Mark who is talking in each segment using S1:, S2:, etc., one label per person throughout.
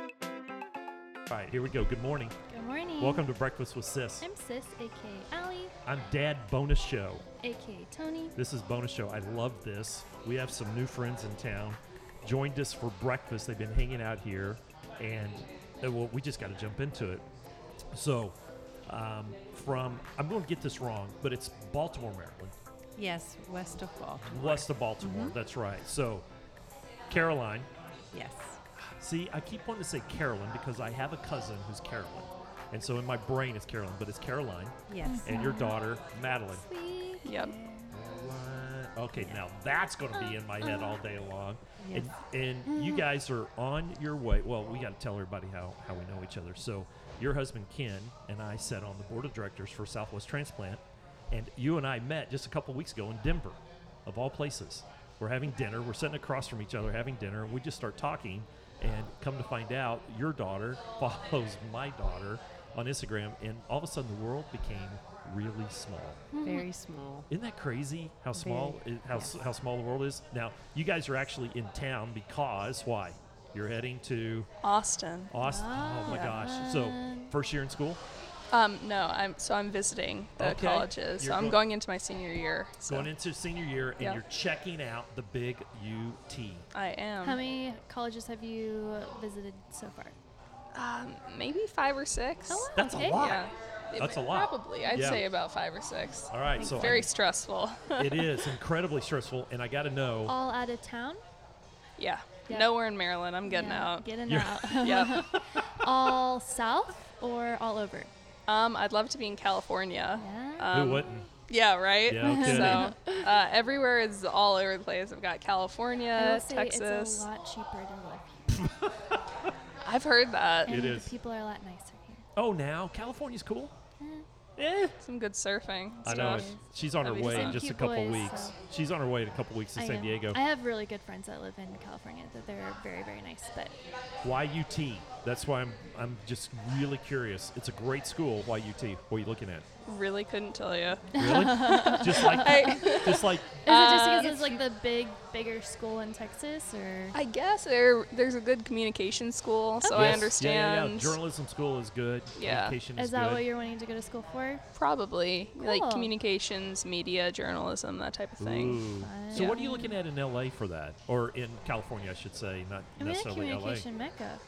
S1: All right, here we go. Good morning.
S2: Good morning.
S1: Welcome to Breakfast with Sis.
S2: I'm Sis, aka Allie,
S1: I'm Dad Bonus Show.
S2: aka Tony.
S1: This is Bonus Show. I love this. We have some new friends in town. Joined us for breakfast. They've been hanging out here, and uh, well, we just got to jump into it. So, um, from I'm going to get this wrong, but it's Baltimore, Maryland,
S3: Yes, west of Baltimore.
S1: west of Baltimore. That's right. So, Caroline.
S3: Yes.
S1: See, I keep wanting to say Carolyn because I have a cousin who's Carolyn, and so in my brain it's Carolyn, but it's Caroline.
S3: Yes.
S1: And your daughter, Madeline.
S2: Sweet.
S3: Yep.
S1: What? Okay, now that's going to be in my head all day long.
S3: Yes.
S1: And, and you guys are on your way. Well, we got to tell everybody how, how we know each other. So, your husband Ken and I sat on the board of directors for Southwest Transplant, and you and I met just a couple weeks ago in Denver, of all places. We're having dinner. We're sitting across from each other having dinner, and we just start talking. And come to find out, your daughter follows my daughter on Instagram, and all of a sudden the world became really small.
S3: Very small.
S1: Isn't that crazy how small it, how, s how small the world is? Now, you guys are actually in town because why? You're heading to
S4: Austin.
S1: Austin. Oh, my gosh. So, first year in school?
S4: Um, no, I'm so I'm visiting the
S1: Okay.
S4: colleges.
S1: You're
S4: so I'm
S1: go-
S4: going into my senior year. So
S1: Going into senior year and
S4: Yeah.
S1: you're checking out the big UT.
S4: I am.
S2: How many colleges have you visited so far?
S4: Um, maybe five or six.
S2: Oh, wow.
S1: That's
S2: Okay.
S1: a lot.
S4: Yeah. It-
S1: That's a lot.
S4: Probably, I'd
S1: Yeah.
S4: say about five or six.
S1: All right, so
S4: Very
S1: I'm-
S4: stressful.
S1: it is incredibly stressful and I got to know
S2: All out of town?
S4: yeah.
S2: Yeah.
S4: Nowhere in Maryland. I'm getting
S2: Yeah,
S4: out.
S2: Getting
S1: You're-
S2: out.
S4: yeah.
S2: all south or all over?
S4: Um, I'd love to be in California.
S2: Yeah.
S1: who
S4: Um,
S1: wouldn't.
S4: Yeah, right?
S1: Yeah, no
S4: so uh, everywhere is all over the place. I've got
S2: I will
S4: California,
S2: say It's
S4: Uh, Texas.
S2: a lot cheaper to live.
S4: I've heard that.
S2: And
S1: It is.
S2: The people are a lot nicer here.
S1: Oh, now California's cool. Eh.
S4: Some good surfing.
S1: I know
S4: stuff.
S1: it. She's on her
S4: That'd be
S1: way in
S4: some
S1: just a
S2: cute
S1: couple
S2: boys,
S1: weeks.
S2: so.
S1: She's on her way in a couple weeks to
S2: I
S1: San
S2: am.
S1: Diego.
S2: I have really good friends that live in California that they're very, very nice. But
S1: YUT. That's why I'm I'm just really curious. It's a great school, YUT. What are you looking at?
S4: Really couldn't tell you.
S1: Really? just like
S4: I,
S1: just like
S2: is
S4: Uh,
S2: it just because it's like the big, bigger school in Texas, or
S4: I guess there there's a good communication school, so Oh, I
S1: Yes, Yeah, yeah, yeah.
S4: understand.
S1: Journalism school is good.
S4: Yeah.
S1: Communication is,
S2: is that
S1: good.
S2: what you're wanting to go to school for?
S4: Probably like
S2: Cool.
S4: communications, media, journalism, that type of thing.
S1: Ooh. So
S4: Yeah.
S1: what are you looking at in LA for that? Or in California, I should say, not
S2: I mean, a
S1: necessarily LA.
S2: communication mecca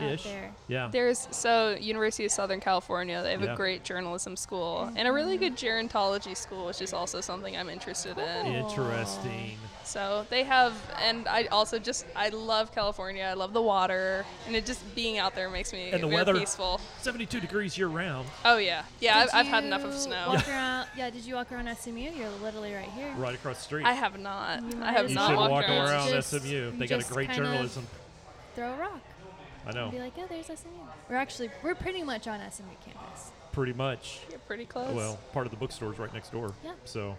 S2: out
S1: Ish.
S2: there.
S1: Yeah.
S4: There's so University of Southern California. They have
S1: Yeah.
S4: a great journalism school
S2: Mm-hmm.
S4: and a really good gerontology school, which is also something I'm interested in.
S1: Interesting.
S4: So they have, and I also just I love California. I love the water, and it just being out there makes me
S1: And the
S4: very
S1: weather.
S4: peaceful.
S1: 72 degrees year round,
S4: Oh yeah, yeah. I've,
S2: Did
S4: I've had enough of
S2: you
S4: snow.
S2: Walk around, yeah, did you walk around SMU? You're literally right here.
S1: right across the street.
S4: I have not. I
S2: might
S4: have
S2: as
S1: you
S4: not
S1: should
S2: well.
S4: walked
S1: walk
S4: around.
S1: around
S2: Just-
S1: SMU. They got a
S2: just
S1: great
S2: kind of-
S1: journalism.
S2: Throw a rock.
S1: I know,
S2: Be like, oh, there's SMU. We're actually, we're pretty much on SMU campus.
S1: pretty much.
S4: You're pretty close.
S1: Well, part of the bookstore's right next door.
S2: Yeah.
S1: So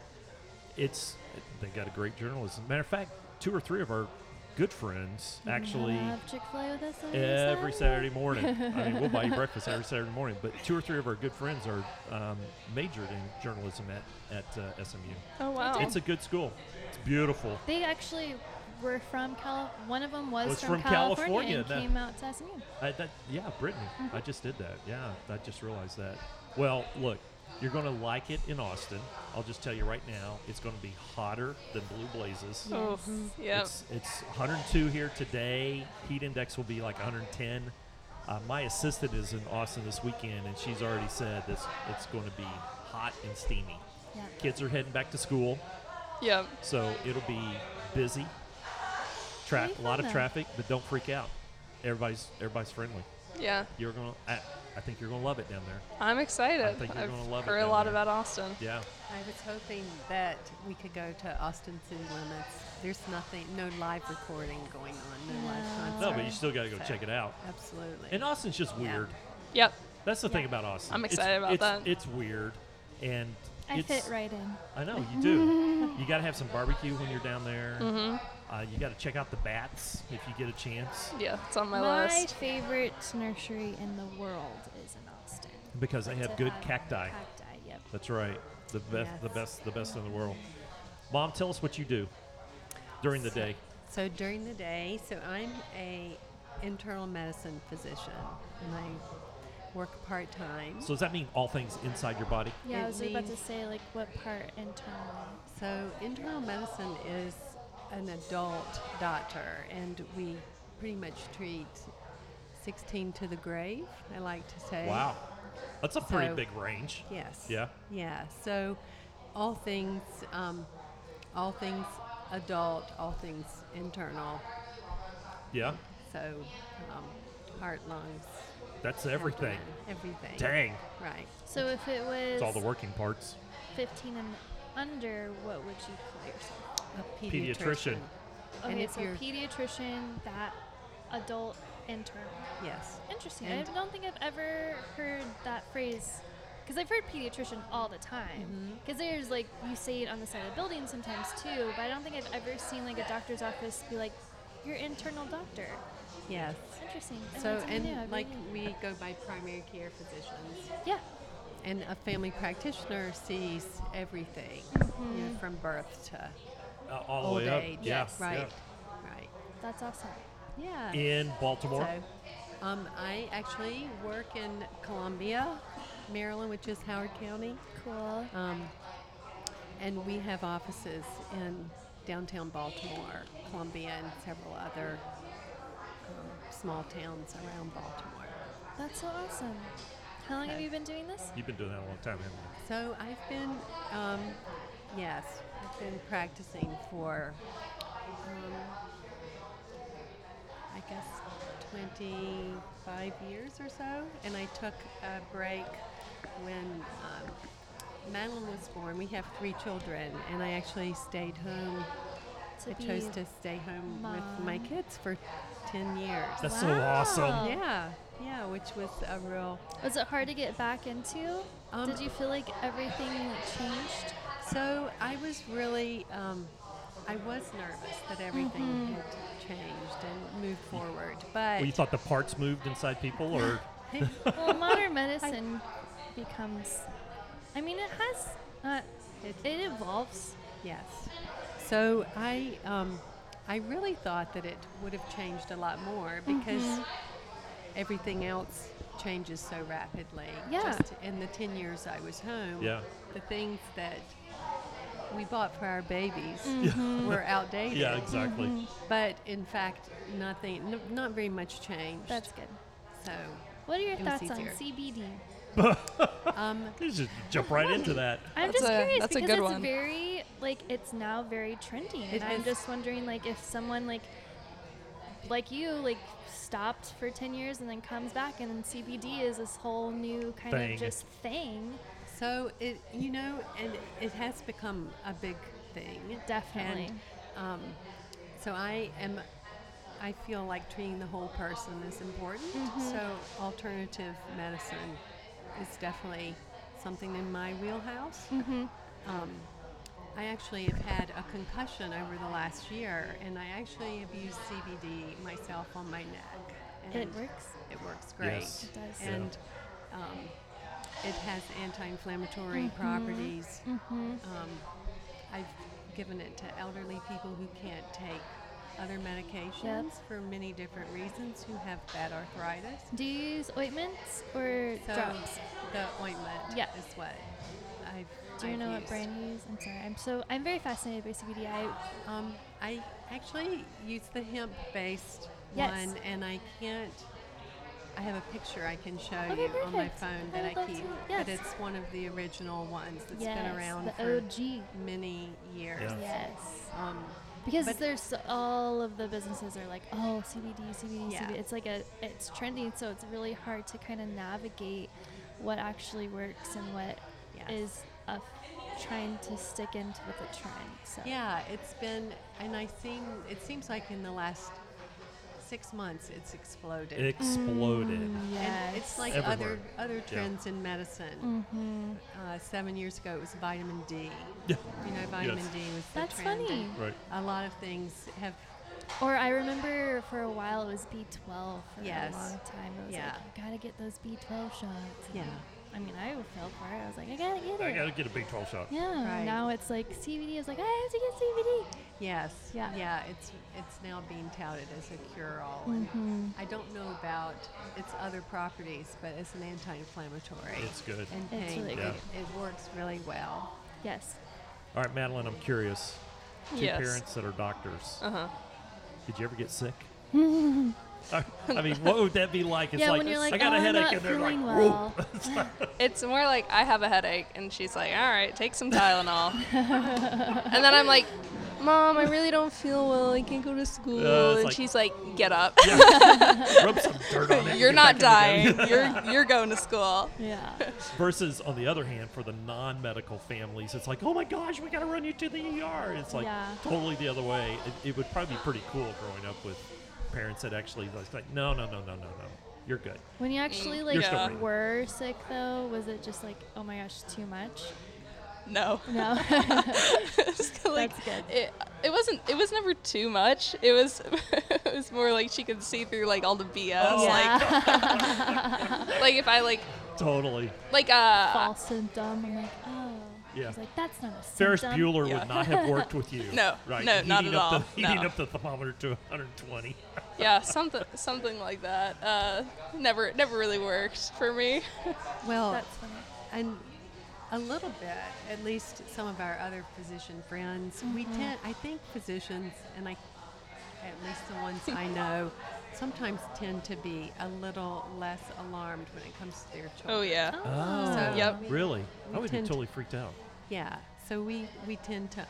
S1: it's they got a great journalism. Matter of fact, two or three of our good friends actually
S2: Have Chick-fil-A with us on your
S1: every
S2: side?
S1: Saturday morning. I mean, we'll buy you breakfast every Saturday morning. But two or three of our good friends are um, majored in journalism at at uh, SMU.
S4: oh wow.
S1: It's a good school. It's beautiful.
S2: They actually were from Cal. One of them was,
S1: Was from
S2: from, California,
S1: California,
S2: and
S1: that-
S2: came out to SMU.
S1: I, that, yeah, Brittany. I just did that. Yeah, I just realized that. Well, look, you're going to like it in Austin. I'll just tell you right now, it's going to be hotter than Blue Blazes.
S4: Oh, yeah.
S1: It's, it's 102 here today. Heat index will be like 110. Uh, my assistant is in Austin this weekend, and she's already said this. It's going to be hot and steamy.
S2: Yeah.
S1: Kids are heading back to school,
S4: Yeah.
S1: so it'll be busy. Tra-
S2: Pretty
S1: a
S2: fun,
S1: lot of
S2: though.
S1: traffic, but don't freak out. Everybody's everybody's friendly.
S4: Yeah.
S1: You're gonna. I, I think you're gonna love it down there.
S4: I'm excited.
S1: I think you're
S4: have
S1: gonna love it
S4: heard
S1: down
S4: a lot
S1: there.
S4: about Austin.
S1: Yeah.
S3: I was hoping that we could go to Austin City Limits. There's nothing, no live recording going on, no, live
S2: No.
S3: concert.
S1: No, but you still got to go check it out.
S3: Absolutely.
S1: And Austin's just
S3: Yeah.
S1: weird.
S4: Yep.
S1: That's the thing about Austin.
S4: I'm
S1: It's-
S4: excited about
S1: it's,
S4: that.
S1: It's weird, and
S2: I
S1: it's,
S2: fit right in.
S1: I know you do. you got to have some barbecue when you're down there.
S3: Mm-hmm.
S1: Uh, you got to check out the bats if you get a chance
S4: Yeah. It's on my,
S2: My
S4: list.
S2: favorite nursery in the world is in Austin.
S1: because they have
S2: To
S1: good cacti.
S2: Cacti, yep.
S4: it.
S1: That's right. The best, the
S3: Yes.
S1: best, the best in the world. Mom, tell us what you do during the
S3: So-
S1: day.
S3: So during the day, so I'm a internal medicine physician, and I work part time.
S1: So does that mean all things inside your body?
S2: Yeah,
S3: It
S2: I was about to
S3: leaves-
S2: say like what part internally.
S3: So, internal medicine is an adult doctor, and we pretty much treat 16 to the grave, I like to say.
S1: Wow, that's a pretty
S3: So-
S1: big range.
S3: Yes.
S1: Yeah.
S3: Yeah. So, all things, um, all things adult, all things internal.
S1: Yeah,
S3: So, um, heart, lungs,
S1: that's everything.
S3: abdomen, everything.
S1: Dang,
S3: Right.
S2: So if it was
S1: it's all the working parts.
S2: 15 and under, what would you call yourself?
S3: A
S1: Pediatrician.
S3: pediatrician.
S2: Okay,
S3: And if
S2: so
S3: you're-
S2: pediatrician, that adult internal.
S3: Yes.
S2: Interesting.
S3: And-
S2: I don't think I've ever heard that phrase because I've heard pediatrician all the time.
S3: Mm-hmm.
S2: Because there's like you say it on the side of the building sometimes too, but I don't think I've ever seen like a doctor's office be like your internal doctor.
S3: Yes.
S2: Interesting. I learned
S3: So,
S2: something new
S3: and
S2: every
S3: like
S2: day.
S3: we go by primary care physicians.
S2: yeah,
S3: And a family practitioner sees everything you know, from birth to
S1: Uh, all
S3: old
S1: the way up.
S3: age.
S1: Yeah,
S2: Yes.
S3: Right.
S1: yeah.
S3: Right.
S2: that's awesome.
S3: Yeah.
S1: In Baltimore.
S3: So, um, I actually work in Columbia, Maryland, which is Howard County,
S2: Cool.
S3: um, and we have offices in downtown Baltimore, Columbia, and several other um, small towns around Baltimore.
S2: That's so awesome. How long have you been doing this?
S1: You've been doing that a long time, haven't you?
S3: So I've been, um, yes, I've been practicing for, um, I guess, 25 years or so. And I took a break when um, Madeline was born. We have three children, and I actually stayed home.
S2: To
S3: I
S2: be
S3: chose to stay home with my
S2: mom.
S3: kids for 10 years.
S1: That's so
S2: Wow.
S1: awesome.
S3: yeah, yeah, which was a real
S2: Was it hard to get back into?
S3: Um,
S2: Did you feel like everything like, changed?
S3: So I was really, um, I was nervous that everything
S2: Mm-hmm.
S3: had changed and moved forward, but
S1: Well, you thought the parts moved inside people, or
S2: well, modern medicine becomes. I mean, it has. Uh, it, it evolves.
S3: yes. So I, um, I really thought that it would have changed a lot more because
S2: Mm-hmm.
S3: everything else changes so rapidly.
S2: Yeah.
S3: Just in the ten years I was home,
S1: Yeah.
S3: the things that we bought for our babies were outdated.
S1: yeah, exactly.
S2: Mm-hmm.
S3: But in fact, nothing, n- not very much changed.
S2: That's good.
S3: So,
S2: What are your
S3: It was
S2: thoughts on
S3: easier.
S2: CBD?
S3: um,
S1: You just jump right into that.
S2: I'm
S4: That's
S2: just
S4: a-
S2: curious
S4: that's a
S2: because
S4: good
S2: it's
S4: one.
S2: very like it's now very trendy,
S3: It
S2: and I'm
S3: is.
S2: just wondering like if someone like like you like stopped for 10 years and then comes back and then CBD is this whole new kind
S1: Thing.
S2: of just thing.
S3: so it, you know, and it has become a big thing.
S2: Definitely.
S3: And, um, so I am, I feel like treating the whole person is important.
S2: Mm-hmm.
S3: So alternative medicine is definitely something in my wheelhouse.
S2: Mm-hmm.
S3: Um, I actually have had a concussion over the last year, and I actually have used CBD myself on my neck.
S2: It
S3: and
S2: works.
S3: It works great.
S1: Yes.
S2: It does.
S1: Yeah.
S3: And um, it has anti-inflammatory
S2: Mm-hmm.
S3: properties. Um, I've given it to elderly people who can't take other medications for many different reasons who have bad arthritis.
S2: Do you use ointments or
S3: So
S2: drops?
S3: the ointment
S2: Yeah.
S3: is what I've
S2: Do you
S3: I've
S2: know what
S3: used.
S2: brand you use? I'm sorry. I'm so I'm very fascinated by CBD. I
S3: Um, I actually use the hemp based
S2: Yes.
S3: one, and I can't. I have a picture I can show
S2: Okay,
S3: you on my
S2: perfect.
S3: phone
S2: I
S3: that
S2: would
S3: I
S2: love
S3: keep,
S2: to. Yes.
S3: but it's one of the original ones that's
S2: yes,
S3: been around
S2: the
S3: for
S2: OG.
S3: many years.
S1: Yeah.
S2: Yes.
S3: Um,
S2: Because
S3: But-
S2: there's all of the businesses are like, oh, CBD, CBD,
S3: Yeah.
S2: CBD. It's like a it's trending, so it's really hard to kind of navigate what actually works and what
S3: Yes.
S2: is a f- trying to stick into with the trend. So
S3: yeah, it's been, and I seem it seems like in the last six months it's exploded.
S1: It exploded.
S2: Mm.
S3: And it's like
S1: Everywhere.
S3: other other trends in medicine.
S2: Mm-hmm.
S3: Uh, seven years ago, it was vitamin D.
S1: Yeah.
S3: You know, vitamin
S1: Yes.
S3: D was the
S2: That's
S3: trend.
S2: funny.
S3: and
S1: Right.
S3: A lot of things have.
S2: Or I remember for a while it was B12 for
S3: Yes.
S2: a long time. It was
S3: Yeah.
S2: like, you gotta get those B12 shots. and
S3: Yeah.
S2: I mean, I fell for it. I was like, I gotta get it.
S1: I gotta get a Big 12 shot.
S2: yeah.
S3: Right.
S2: Now it's like CBD. I was like, I have to get CBD.
S3: Yes.
S2: Yeah.
S3: Yeah. It's it's now being touted as a cure-all.
S2: Mm-hmm.
S3: And I don't know about its other properties, but it's an anti-inflammatory.
S1: It's good.
S3: And
S2: It's
S3: pain.
S2: really
S1: Yeah.
S3: it, it works really well.
S2: Yes.
S1: All right, Madeline, I'm curious. Two
S4: Yes.
S1: parents that are doctors.
S4: Uh huh.
S2: Uh-huh.
S1: Did you ever get sick? I I mean, what would that be like? It's
S2: yeah,
S1: like,
S2: when you're like,
S1: I got
S2: oh,
S1: a headache,
S2: I'm not
S1: and they're
S2: feeling
S1: like,
S2: well.
S4: It's more like I have a headache, and she's like, "All right, take some Tylenol," and then I'm like, "Mom, I really don't feel well. I can't go to school,"
S1: Uh, it's
S4: and
S1: like-
S4: she's like, "Get up.
S1: rub some dirt on it. and
S4: you're
S1: get
S4: not
S1: back in the game."
S4: dying. you're you're going to school."
S2: yeah.
S1: Versus, on the other hand, for the non-medical families, it's like, oh my gosh, we got to run you to the ER. It's like
S2: Yeah.
S1: totally the other way. It, it would probably be pretty cool growing up with parents that actually was like, no, no, no, no, no, no, you're good.
S2: When you actually
S1: You're
S2: like
S1: still breathing.
S2: were sick though, was it just like, oh my gosh, too much?
S4: No.
S2: No.
S4: It's kinda
S2: That's
S4: like,
S2: good.
S4: It, it wasn't. It was never too much. It was. it was more like she could see through like all the BS.
S1: Oh.
S4: Like
S2: yeah.
S4: like if I like
S1: Totally.
S4: like uh
S2: False symptom. I'm like, oh.
S1: Yeah.
S2: I was like, that's not a symptom.
S1: Ferris Bueller
S4: Yeah.
S1: would not have worked with you.
S4: No,
S1: right?
S4: no, not
S1: heating
S4: at
S1: up
S4: all,
S1: The, heating
S4: no.
S1: up the thermometer to 120.
S4: yeah something something like that. Uh, never never really worked for me.
S3: Well,
S2: That's funny.
S3: and a little bit, at least some of our other physician friends, we
S2: Mm-hmm.
S3: tend, I think physicians, and I, at least the ones I know, sometimes tend to be a little less alarmed when it comes to their children.
S4: Oh yeah.
S1: Oh,
S4: Yep.
S1: Really?
S3: we
S1: I would be
S3: tend to-
S1: totally freaked out.
S3: Yeah. So we, we tend to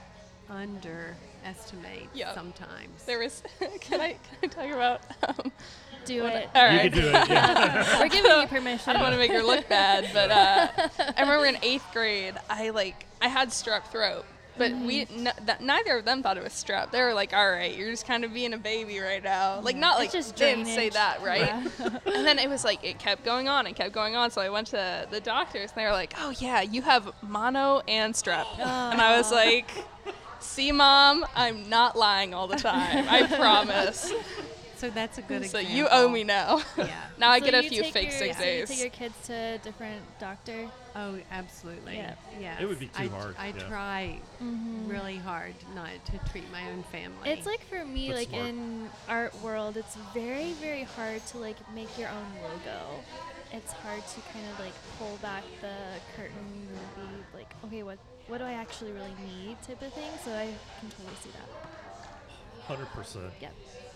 S3: underestimate
S4: Yep.
S3: sometimes.
S4: There was. Can I can I talk about? Um,
S2: Do
S4: when-
S2: it.
S4: all
S1: You
S4: right.
S1: could do it. Yeah.
S2: We're giving you permission.
S4: I don't want to make her look bad, but uh, I remember in eighth grade, I like I had strep throat, but we
S2: Mm.
S4: n- that, neither of them thought it was strep. They were like, "All right, you're just kind of being a baby right now." Like not
S2: It's
S4: like
S2: just
S4: they didn't say
S2: drainage.
S4: that, right? and then it was like it kept going on and kept going on. So I went to the doctors, and they were like, "Oh yeah, you have mono and strep," and I was like. See, mom, I'm not lying all the time. I promise.
S3: so that's a good
S4: so
S3: example.
S4: you owe me now.
S3: Yeah.
S4: now I
S2: So
S4: get a
S2: you
S4: few
S2: take
S4: fake
S2: your,
S4: sick
S2: so you
S4: days.
S2: take your kids to a different doctor.
S3: Oh, absolutely.
S2: Yeah.
S3: Yeah.
S1: It would be too
S3: I,
S1: hard,
S3: I
S1: yeah.
S3: try really hard not to treat my own family.
S2: It's like for me,
S1: That's
S2: like
S1: smart.
S2: in art world, it's very, very hard to like make your own logo. It's hard to kind of like pull back the curtain and be like, okay, what what do I actually really need, type of thing. So I can totally see that.
S1: 100%.
S2: Yep.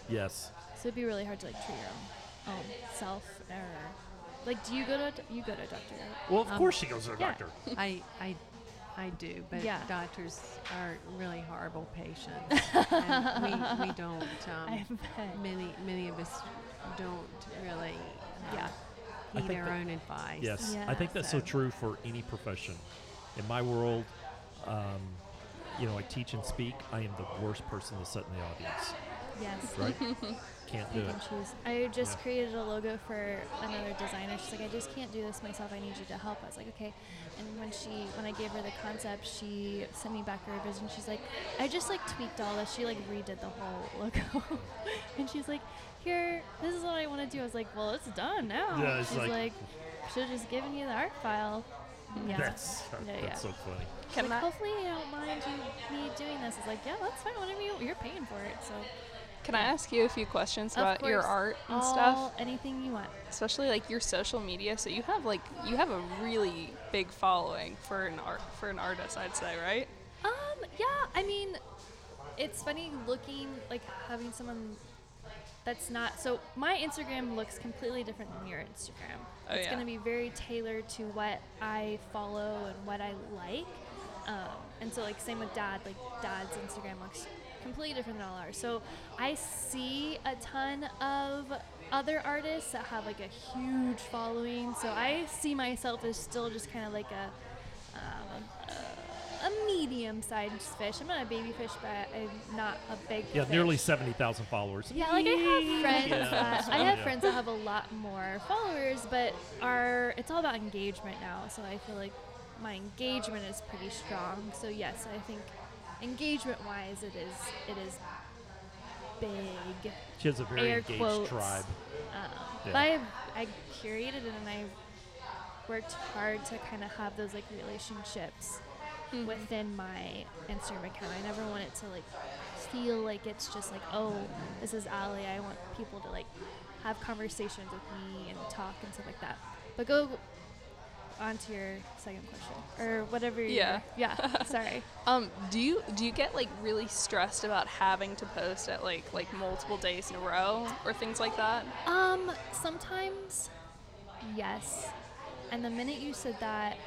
S1: Yes.
S2: So it'd be really hard to like treat your own, own self or like, do you go to a d- you go to a doctor? right?
S1: Well, of
S3: Um,
S1: course she goes to the
S2: yeah.
S1: doctor.
S3: I, I, I do, but
S2: Yeah.
S3: doctors are really horrible patients. and we, we don't. Um,
S2: I bet.
S3: many many of us don't really.
S2: Yeah.
S3: Yeah.
S1: I think
S3: Need their
S1: that-
S3: own advice.
S1: Yes, I
S2: Yeah,
S1: think that's so.
S3: so-
S1: true for any profession. In my world, um, you know, I teach and speak. I am the worst person to sit in the audience,
S2: Yes.
S1: right? Can't do
S2: You
S1: it.
S2: can choose. I just
S1: Yeah.
S2: created a logo for another designer. She's like, I just can't do this myself. I need you to help. I was like, okay. And when she, when I gave her the concept, she sent me back her revision. She's like, I just like tweaked all this. She like redid the whole logo, and she's like, here, this is what I want to do. I was like, well, it's done now.
S1: Yeah, it's
S2: she's
S1: like-
S2: like, should have just given you the art file. Yeah.
S1: That's
S2: Yeah,
S1: that's
S2: yeah.
S1: so funny.
S2: She's
S4: Can
S2: like,
S4: I-
S2: hopefully you don't mind you me doing this. It's like, yeah, that's fine. Whatever you, you're paying for it. So
S4: Can I ask you a few questions
S2: Of
S4: about your
S2: course,
S4: art and
S2: all-
S4: stuff?
S2: anything you want.
S4: Especially like your social media. So you have like you have a really big following for an art for an artist, I'd say, right?
S2: Um, yeah, I mean, it's funny looking like having someone that's not so my Instagram looks completely different than your Instagram.
S4: Oh,
S2: it's
S4: yeah.
S2: gonna be very tailored to what I follow and what I like. Um, and so like same with dad, like dad's Instagram looks completely different than all ours. So I see a ton of other artists that have like a huge following. So I see myself as still just kind of like a um, a, a medium-sized fish. I'm not a baby fish, but I'm not a big.
S1: Yeah,
S2: fish.
S1: nearly seventy thousand followers.
S2: Yeah, like I have friends.
S1: Yeah,
S2: that, I
S1: so,
S2: have
S1: yeah.
S2: friends that have a lot more followers, but are it's all about engagement now. So I feel like my engagement is pretty strong. So yes, I think engagement-wise, it is it is big.
S1: She has a very
S2: Air uh,
S1: engaged
S2: quotes.
S1: tribe.
S2: Um,
S1: Yeah.
S2: But I I curated it and I worked hard to kind of have those like relationships Mm-hmm. within my Instagram account. I never want it to like feel like it's just like, oh, this is Allie. I want people to like have conversations with me and talk and stuff like that. But go on to your second question or whatever. you
S4: Yeah.
S2: were- Yeah. sorry.
S4: Um, do you do you get like really stressed about having to post at like like multiple days in a row or things like that?
S2: Um, sometimes, yes. And the minute you said that,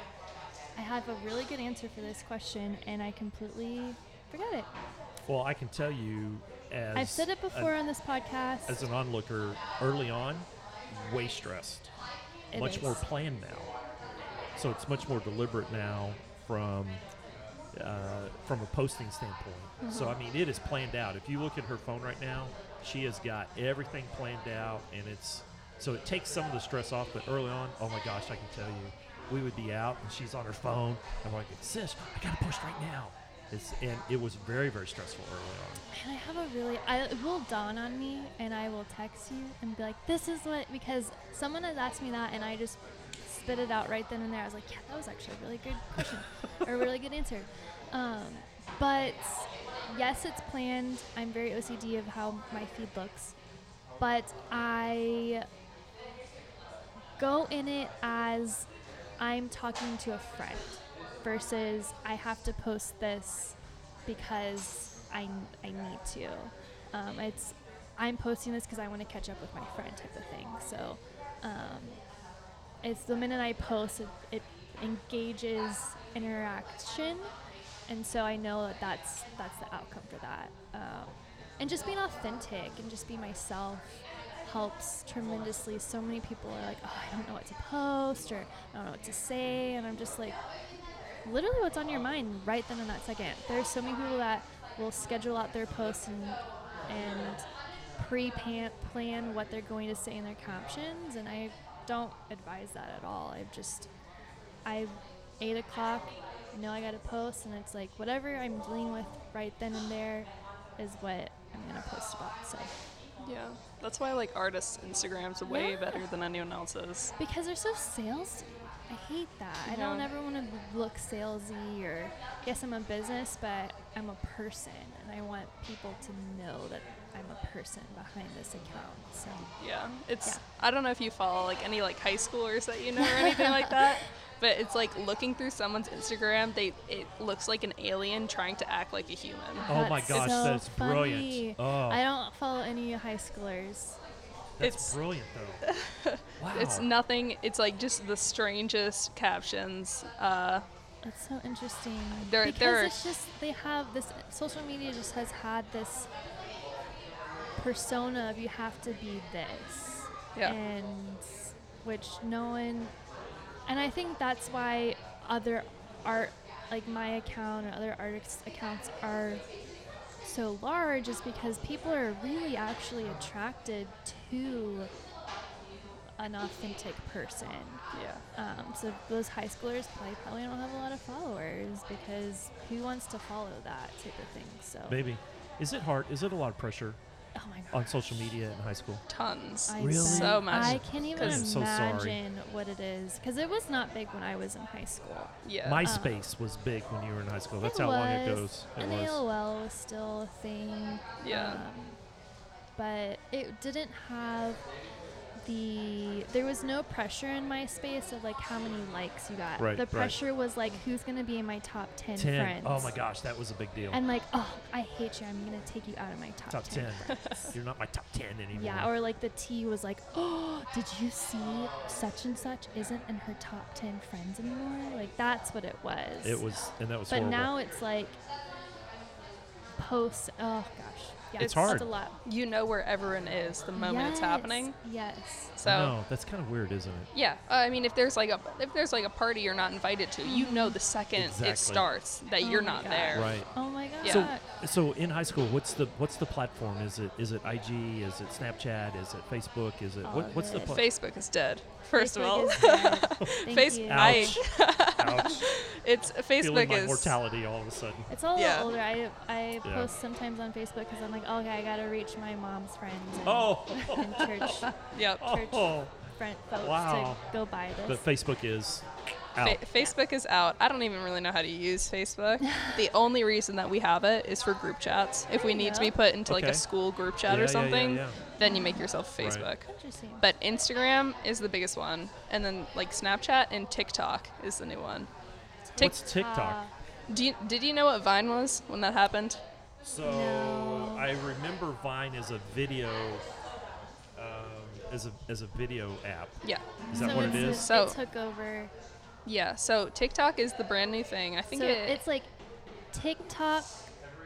S2: I have a really good answer for this question, and I completely forgot it.
S1: Well, I can tell you as
S2: I've said it
S1: a-
S2: before on this podcast.
S1: as an onlooker early on, way stressed.
S2: It
S1: much
S2: is.
S1: more planned now. So it's much more deliberate now from uh, from a posting standpoint. So I mean, it is planned out. If you look at her phone right now, she has got everything planned out, and it's so it takes some of the stress off. But early on, oh my gosh, I can tell you, we would be out and she's on her phone, and we're like, "Sis, I gotta post right now." It's, and it was very very stressful early on.
S2: And I have a really, I, it will dawn on me, and I will text you and be like, "This is what," because someone has asked me that, and I just spit it out right then and there. I was like, "Yeah, that was actually a really good question, or a really good answer." Um, but yes, it's planned. I'm very OCD of how my feed looks, but I go in it as I'm talking to a friend versus I have to post this because I, I need to. Um, it's I'm posting this because I want to catch up with my friend type of thing. So um, it's the minute I post, it, it engages interaction, and so I know that that's that's the outcome for that. Um, and just being authentic and just be myself helps tremendously. So many people are like, oh, I don't know what to post or I don't know what to say, and I'm just like, literally what's on your mind right then in that second. There's so many people that will schedule out their posts and and pre-plan what they're going to say in their captions, and I don't advise that at all. I've just I eight o'clock, I know I got to post, and it's like whatever I'm dealing with right then and there is what I'm gonna post about. So
S4: Yeah, that's why like artists' Instagrams are way
S2: Yeah.
S4: better than anyone else's.
S2: because they're so salesy. I hate that. I don't
S4: Yeah.
S2: ever want to look salesy or yes, I'm a business, but I'm a person, and I want people to know that I'm a person behind this account. So
S4: Yeah, it's
S2: Yeah.
S4: I don't know if you follow like any like high schoolers that you know or anything like that, but it's like looking through someone's Instagram, they it looks like an alien trying to act like a human.
S1: Oh my
S2: That's
S1: gosh,
S2: so
S1: that's
S2: funny.
S1: brilliant! Oh,
S2: I don't follow any high schoolers.
S1: that's
S4: it's-
S1: brilliant though. wow,
S4: It's nothing. It's like just the strangest captions. Uh,
S2: That's so interesting.
S4: There-
S2: because
S4: there are-
S2: it's just they have this social media just has had this persona of you have to be this.
S4: Yeah.
S2: And which no one and I think that's why other art like my account or other artists accounts are so large is because people are really actually attracted to an authentic person.
S4: yeah.
S2: Um, so those high schoolers probably, probably don't have a lot of followers because who wants to follow that type of thing? So
S1: Maybe. Is it hard? Is it a lot of pressure
S2: oh my god,
S1: on social media in high school?
S4: Tons.
S2: I
S1: Really?
S4: So much.
S2: I can't even
S4: 'Cause-
S1: I'm
S2: imagine
S1: so sorry.
S2: what it is because it was not big when I was in high school.
S4: Yeah.
S1: MySpace was big when you were in high school. That's
S2: it
S1: how
S2: was,
S1: long it goes. It
S2: and
S1: was.
S2: AOL was still a thing. Um,
S4: Yeah.
S2: but it didn't have the there was no pressure in MySpace of like how many likes you got.
S1: Right,
S2: the
S1: right.
S2: pressure was like who's gonna be in my top ten,
S1: Ten.
S2: friends.
S1: Oh my gosh, that was a big deal.
S2: And like, oh, I hate you. I'm gonna take you out of my top,
S1: top ten.
S2: friends."
S1: You're not my top ten anymore.
S2: yeah, or like the T was like, oh, did you see such and such isn't in her top ten friends anymore? Like that's what it was.
S1: it was, and that was
S2: But
S1: horrible.
S2: now it's like post. Oh gosh, yeah,
S1: It's hard.
S2: That's a lot.
S4: you know where everyone is the moment
S2: Yes,
S4: it's happening.
S2: Yes.
S4: So
S1: no, that's kind of weird, isn't it?
S4: yeah, uh, I mean, if there's like a if there's like a party you're not invited to, you know the second
S1: Exactly.
S4: it starts that
S2: Oh
S4: you're
S2: my
S4: not
S2: God.
S4: there.
S1: Right.
S2: Oh my god.
S4: Yeah.
S1: So, so in high school, what's the what's the platform? Is it is it IG? Is it Snapchat? Is it Facebook? Is it
S2: All
S1: what,
S2: of
S1: what's the
S2: Oh, it.
S1: pla-
S4: Facebook is dead. First of
S2: Facebook
S4: all,
S2: is dead. Thank
S4: Face-
S2: you.
S4: I-
S1: Ouch. Ouch.
S4: it's uh,
S1: Feeling
S4: Facebook
S1: my
S4: is
S1: mortality all of a sudden.
S2: It's all
S4: Yeah.
S2: older. I I post sometimes on Facebook because I'm like, okay, I gotta reach my mom's friends. And
S1: Oh.
S2: and church
S4: Yep.
S2: Church.
S1: Oh.
S2: different folks
S1: Wow.
S2: to go buy this.
S1: But Facebook is out.
S4: Fa- Facebook is out. I don't even really know how to use Facebook. the only reason that we have it is for group chats. If we need to be
S2: Yeah.
S4: put into like
S1: Okay.
S4: a school group chat
S1: Yeah, yeah, yeah,
S4: or something,
S1: yeah.
S4: then you make yourself
S1: Right.
S4: Facebook.
S2: Interesting.
S4: But Instagram is the biggest one, and then like Snapchat and TikTok is the new one. Tik- uh,
S1: What's TikTok?
S2: Ah.
S4: do you, did you know what Vine was when that happened?
S1: So
S2: No.
S1: I remember Vine as a video, um, as a as a video app.
S4: Yeah,
S1: Is that what it
S2: it's-
S1: is?
S4: So-
S2: it took over.
S4: yeah. So TikTok is the brand new thing. I think
S2: So
S4: it,
S2: it's like TikTok,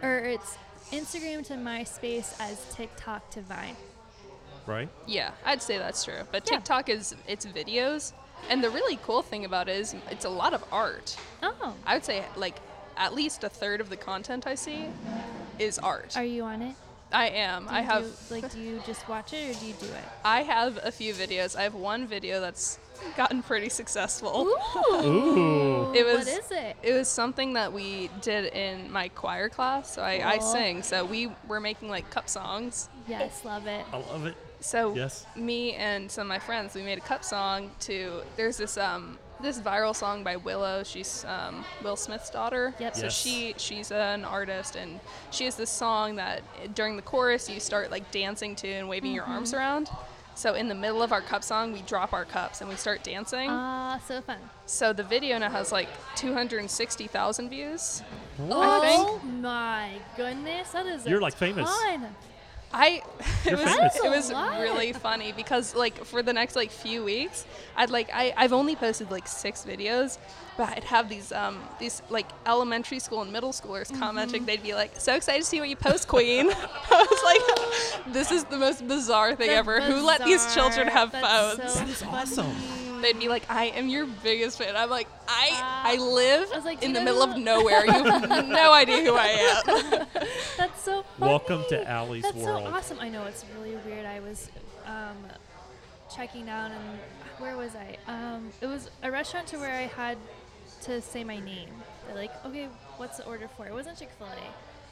S2: or it's Instagram to MySpace as TikTok to Vine.
S1: right?
S4: Yeah, I'd say that's true. But
S2: Yeah.
S4: TikTok is it's videos, and the really cool thing about it is it's a lot of art.
S2: Oh,
S4: I would say like at least a third of the content I see is art.
S2: are you on it?
S4: I am.
S2: Do
S4: I
S2: you
S4: have
S2: do, like, do you just watch it or do you do it?
S4: I have a few videos. I have one video that's gotten pretty successful.
S1: Ooh.
S4: It was-
S2: what is it?
S4: It was something that we did in my choir class. So I, I
S2: Cool.
S4: sing. So we were making like cup songs.
S2: Yes, love it.
S1: I love it.
S4: So
S1: Yes.
S4: me and some of my friends, we made a cup song to. There's this um this viral song by Willow. She's um, Will Smith's daughter.
S2: Yep.
S4: So
S1: Yes.
S4: she she's an artist and she has this song that during the chorus you start like dancing to and waving your arms around. So in the middle of our cup song, we drop our cups and we start dancing.
S2: Ah, so fun.
S4: so the video now has like 260,000 views.
S2: oh
S4: think-
S2: my goodness, that is. a
S1: You're, like, famous.
S2: ton.
S4: I
S1: You're
S4: it was
S1: famous.
S4: it
S2: That's
S4: was
S2: a lot.
S4: really funny because like for the next like few weeks, I'd like I I've only posted like six videos, but I'd have these um these like elementary school and middle schoolers
S2: Mm-hmm.
S4: commenting. They'd be like, "So excited to see what you post, Queen!" I was like, "This is the most bizarre thing
S2: That's
S4: ever. Who let these children
S2: bizarre.
S4: have
S2: That's
S4: phones?"
S2: so
S1: That's awesome.
S4: They'd be like, "I am your biggest fan." I'm like, "I I
S2: Wow.
S4: live
S2: Uh, I was like, "Do
S4: in
S2: you
S4: the
S2: know
S4: middle of
S2: who-
S4: nowhere. You have no idea who I am."
S2: That's so funny.
S1: Welcome to Allie's
S2: That's
S1: world.
S2: so awesome. I know it's really weird. I was um, checking down and where was I? Um, it was a restaurant to where I had to say my name. They're like, okay, what's the order for? It wasn't Chick Fil A. And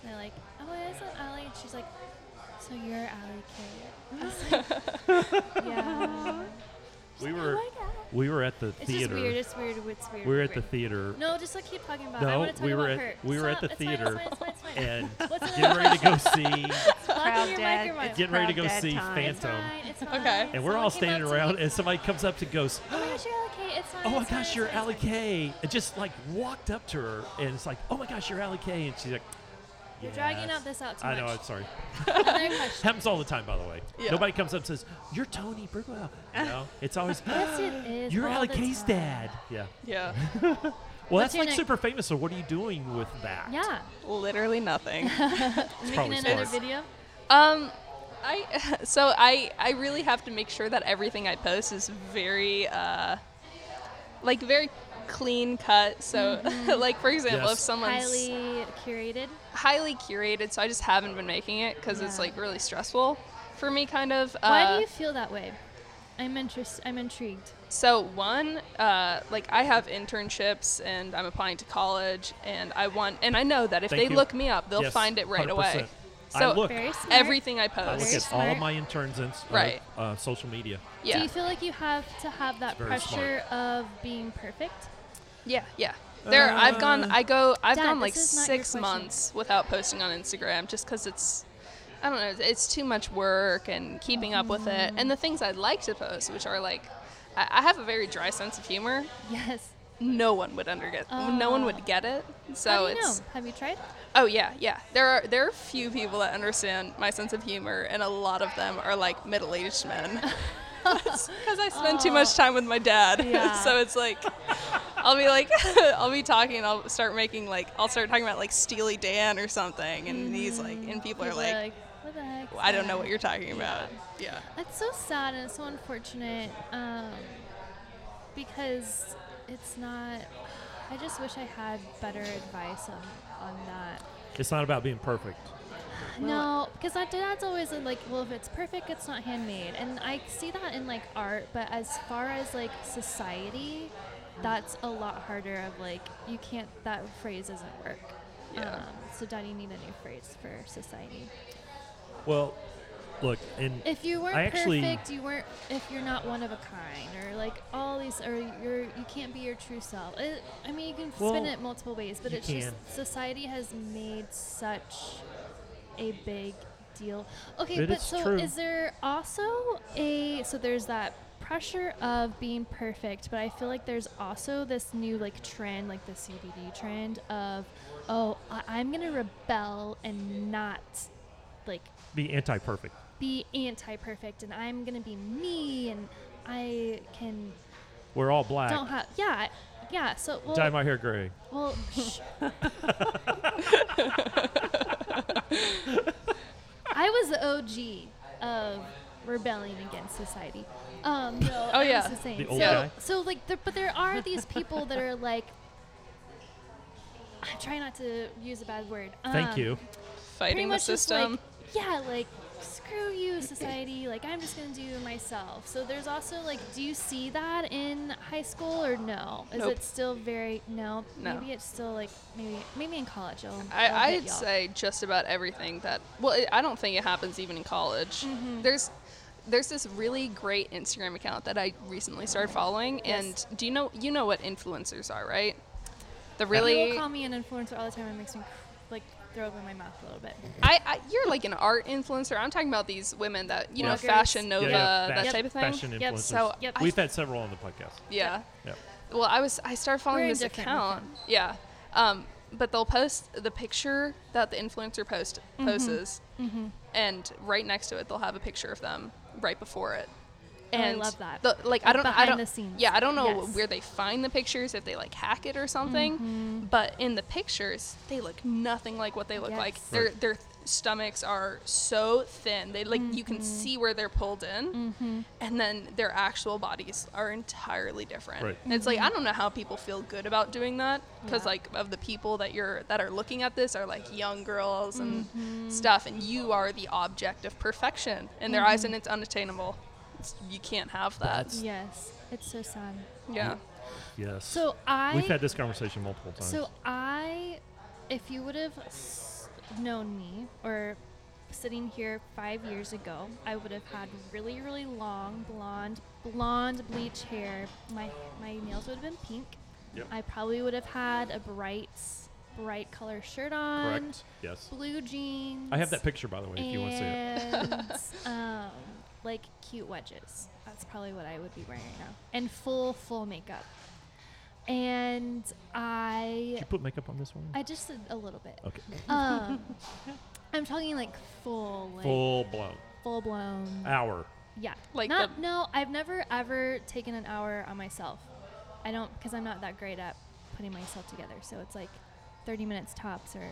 S2: they're like, oh, it isn't Allie. And she's like, so you're Allie K. I was like, yeah.
S1: We were
S2: Oh my God.
S1: we were at the
S2: It's
S1: theater.
S2: just weird. It's weird. It's weird.
S1: we were at
S2: it's
S1: the
S2: weird.
S1: theater.
S2: No, just like keep talking about. it. I
S1: No,
S2: want to talk
S1: we were
S2: about
S1: at
S2: her.
S1: we were at
S2: Stop.
S1: the
S2: It's fine, it's
S1: theater
S2: fine, it's fine, it's fine.
S1: and
S2: What's another
S1: getting ready to go see
S2: Plug in
S3: Proud
S2: your
S3: dad.
S2: microphone.
S3: It's
S1: getting ready to go
S3: Proud dad
S1: see
S3: time.
S2: It's
S1: Phantom.
S2: fine, it's fine.
S4: Okay.
S1: And we're
S2: Someone
S1: all
S2: came
S1: standing
S2: up to me.
S1: around, and somebody comes up to goes,
S2: Oh my gosh, you're Allie K. It's fine.
S1: "Oh my
S2: it's fine,
S1: gosh,
S2: it's
S1: you're
S2: fine, it's
S1: Allie
S2: fine.
S1: K!" It just like walked up to her, and it's like, "Oh my gosh, you're Allie K!" And she's like,
S2: You're dragging out
S1: "Yes."
S2: this out too
S1: I
S2: much.
S1: know. I'm sorry.
S2: Another question.
S1: Happens all the time, by the way.
S4: Yeah.
S1: Nobody comes up and says, "You're Tony Burwell." No, it's always,
S2: Yes, it is.
S1: "You're
S2: all
S1: Allie
S2: the
S1: K's
S2: time.
S1: dad." Yeah.
S4: Yeah,
S1: Well,
S2: What's
S1: that's
S2: your
S1: like
S2: next-
S1: super famous. So, what are you doing with that?
S2: Yeah.
S4: literally nothing.
S2: Making
S1: probably
S2: another
S1: smart.
S2: video.
S4: Um, I so I I really have to make sure that everything I post is very uh, like very clean cut. So like for example,
S1: Yes.
S4: if someone's highly.
S2: Mm-hmm. Highly curated.
S4: curated, so I just haven't been making it because it's
S2: Yeah.
S4: like really stressful for me, kind of.
S2: Why
S4: Uh,
S2: do you feel that way? I'm interest. I'm intrigued.
S4: So one, uh, like I have internships and I'm applying to college, and I want, and I know that if
S1: Thank
S4: they
S1: you.
S4: look me up, they'll
S1: Yes,
S4: find it right
S1: 100%.
S4: away.
S1: I
S4: So
S1: look.
S2: Very smart.
S4: everything I
S1: I
S4: post,
S1: look
S2: Very
S1: at all
S2: smart.
S1: my interns and
S4: Right.
S1: uh, uh, social media.
S4: yeah,
S2: Do you feel like you have to have that
S1: very
S2: pressure of being perfect?
S4: Yeah, yeah. There, I've gone. I go. I've
S2: Dad,
S4: gone like
S2: this is not your
S4: six
S2: question.
S4: months without posting on Instagram just because it's, I don't know, it's too much work and keeping up with it. And the things I'd like to post, which are like, I, I have a very dry sense of humor.
S2: Yes.
S4: No one would under get. no one would get it. So
S2: Oh. How do you
S4: it's.
S2: know? Have you tried?
S4: Oh yeah, yeah. There are there are few people that understand my sense of humor, and a lot of them are like middle aged men. Because I spend too much time with my dad,
S2: Yeah.
S4: so it's like I'll be like I'll be talking, and I'll start making like I'll start talking about like Steely Dan or something, and he's like, and people are
S2: People
S4: like,
S2: what the heck?
S4: "Well, I don't know what you're talking about. Yeah,
S2: It's so sad and it's so unfortunate um, because it's not. I just wish I had better advice on, on that.
S1: It's not about being perfect.
S2: No, because my dad's always like, well, if it's perfect, it's not handmade. And I see that in like art, but as far as like society, that's a lot harder of like, you can't, that phrase doesn't work.
S4: Yeah.
S2: Um, so, Dad, you need a new phrase for society.
S1: Well, look, and
S2: If you weren't
S1: I actually-
S2: perfect, you weren't. If you're not one of a kind, or like all these, or you're you can't be your true self. It, I mean, you can
S1: Well,
S2: spin it multiple ways, but
S1: you
S2: it's just
S1: can.
S2: society has made such a big deal. Okay,
S1: It
S2: but
S1: is
S2: so
S1: true.
S2: is there also a so there's that pressure of being perfect, but I feel like there's also this new like trend, like the CBD trend of, oh, I- I'm gonna rebel and not like
S1: be anti-perfect.
S2: be anti perfect and I'm gonna be me and I can
S1: We're all black.
S2: don't have yeah yeah so well,
S1: Dye my hair gray.
S2: well shh. I was the OG of rebelling against society. Um, no,
S4: Oh,
S2: I
S4: yeah.
S2: was the, same.
S1: The old
S2: so,
S1: guy.
S2: so like there, but there are these people that are like I'm trying not to use a bad word.
S1: Thank
S2: Um,
S1: you.
S2: pretty
S4: Fighting the
S2: much
S4: system.
S2: Just like, yeah, like screw you, society. Like I'm just gonna do myself. So there's also like, do you see that in high school or no? Is
S4: Nope.
S2: it still very no?
S4: No.
S2: Maybe it's still like maybe maybe in college. I'll, I'll
S4: I,
S2: hit
S4: I'd
S2: y'all.
S4: say just about everything that. Well, it, I don't think it happens even in college.
S2: Mm-hmm.
S4: There's there's this really great Instagram account that I recently started following,
S2: Yes.
S4: and do you know you know what influencers are, right? The
S2: People
S4: really,
S2: call me an influencer all the time. It makes me cr- like throw up in my mouth a little bit.
S4: I, I you're like an art influencer. I'm talking about these women that you know,
S1: Bloggers.
S4: Fashion Nova, that
S1: fashion-
S4: type of thing.
S1: Fashion
S2: Yep.
S1: influencers.
S4: So
S2: Yep.
S4: I
S1: We've had several on the podcast.
S4: Yeah.
S1: Yep.
S4: Well, I was I started following
S2: We're
S4: this
S2: indifferent
S4: account.
S2: with
S4: Yeah. Um, but they'll post the picture that the influencer post
S2: Mm-hmm.
S4: poses, and right next to it they'll have a picture of them right before it.
S2: Oh, I
S4: And
S2: love that.
S4: The, like I don't, I
S2: Behind
S4: don't,
S2: the scenes.
S4: yeah, I don't know
S2: Yes.
S4: where they find the pictures if they like hack it or something.
S2: Mm-hmm.
S4: But in the pictures, they look nothing like what they look like.
S2: Yes.
S4: Their their stomachs are so thin. They like you
S2: Mm-hmm.
S4: can see where they're pulled in, and then their actual bodies are entirely different.
S1: Right.
S4: And It's like
S2: Mm-hmm.
S4: I don't know how people feel good about doing that because
S3: Yeah.
S4: like of the people that you're that are looking at this are like young girls and
S2: Mm-hmm.
S4: stuff, and you are the object of perfection in their eyes, and
S2: Mm-hmm.
S4: it's unattainable. It's, you can't have that.
S1: That's-
S2: Yes, it's so sad.
S4: yeah.
S1: Yes.
S2: So I
S1: We've had this conversation multiple times.
S2: So I, if you would have s- known me or sitting here five years ago, I would have had really, really long blonde, blonde bleach hair. My my nails would have been pink.
S1: Yep.
S2: I probably would have had a bright, bright color shirt on.
S1: Correct. Yes.
S2: um, Blue jeans.
S1: I have that picture, by the way, if you want to see it.
S2: And um, like cute wedges. That's probably what I would be wearing right now. And full, full makeup. And I,
S1: Did you put makeup on this one?
S2: I just did a little bit.
S1: okay.
S2: Um, I'm talking like full, like Mm-hmm. full,
S1: Full Uh, blown.
S2: blown.
S1: Hour.
S2: yeah,
S4: Like
S2: not
S4: the-
S2: no. I've never ever taken an hour on myself. I don't because I'm not that great at putting myself together. So it's like 30 minutes tops. Or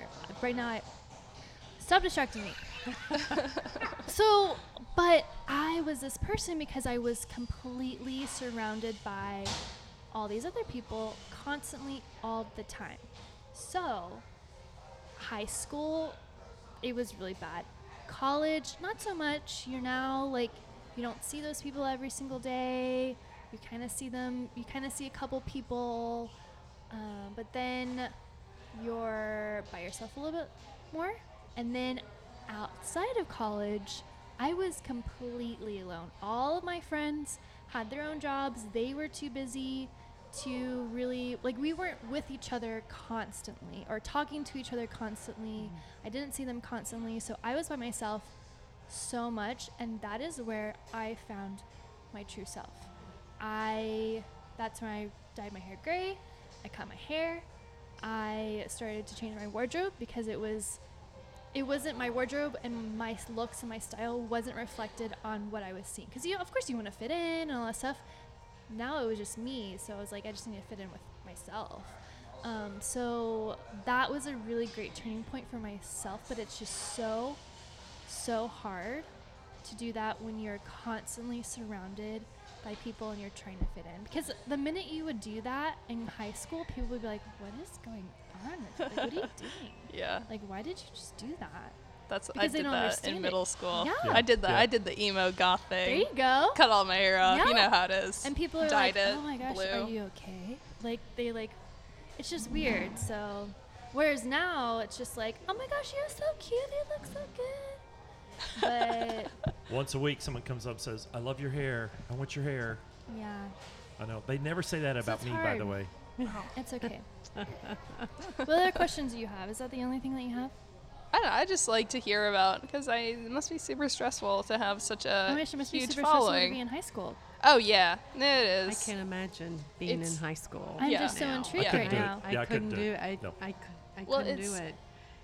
S2: right now, I stop distracting me. So, but I was this person because I was completely surrounded by all these other people constantly all the time. So, high school, it was really bad. College, not so much. You're now like, you don't see those people every single day. You kind of see them, you kind of see a couple people, um, but then you're by yourself a little bit more. And then outside of college, I was completely alone. All of my friends had their own jobs, they were too busy to really like we weren't with each other constantly or talking to each other constantly. I didn't see them constantly, so I was by myself so much and that is where I found my true self. I that's when I dyed my hair gray, I cut my hair, I started to change my wardrobe because it was it wasn't my wardrobe and my s- looks and my style wasn't reflected on what I was seeing. Because you, of course, you want to fit in and all that stuff. Now it was just me, so I was like, I just need to fit in with myself. Um, so that was a really great turning point for myself, but it's just so, so hard to do that when you're constantly surrounded by people and you're trying to fit in. Because the minute you would do that in high school, people would be like, "What is going on? Like, what are you doing?"
S4: Yeah,
S2: Like, why did you just do that?
S4: that's
S2: Because
S4: I
S2: they
S4: did
S2: don't
S4: that
S2: understand
S4: in
S2: it.
S4: middle school.
S2: Yeah.
S1: Yeah.
S4: I did that.
S1: Yeah.
S4: I did the emo goth
S2: There
S4: thing.
S2: you go.
S4: Cut all my hair off. You
S2: Yeah.
S4: know how it is.
S2: And people are
S4: dyed
S2: like,
S4: it
S2: "Oh my gosh,
S4: blue.
S2: are you okay?" Like they like, it's just weird. So, whereas now it's just like, "Oh my gosh, you're so cute. You look so good." But
S1: Once a week, someone comes up and says, I love your hair. I want your hair.
S2: Yeah,
S1: I know. They never say that about
S2: it's
S1: me, by the
S2: hard.
S1: way.
S2: it's okay. what other questions do you have? Is that the only thing that you have?
S4: I don't know. I just like to hear about because I it must be super stressful to have such a
S2: oh my gosh, it must be
S4: Uh, huge
S2: super stressful to
S4: following.
S2: be in high school.
S4: oh yeah, it
S3: I
S4: is.
S3: can't imagine being in
S4: It's-
S3: high school.
S2: I'm
S4: Yeah.
S2: just so
S3: now.
S2: intrigued
S1: I couldn't
S2: right
S1: do it.
S2: now.
S1: Yeah, I couldn't
S3: couldn't
S1: do
S3: do
S1: it.
S3: I,
S1: No.
S3: I, cou- I
S4: Well,
S3: couldn't do
S4: it's-
S3: it.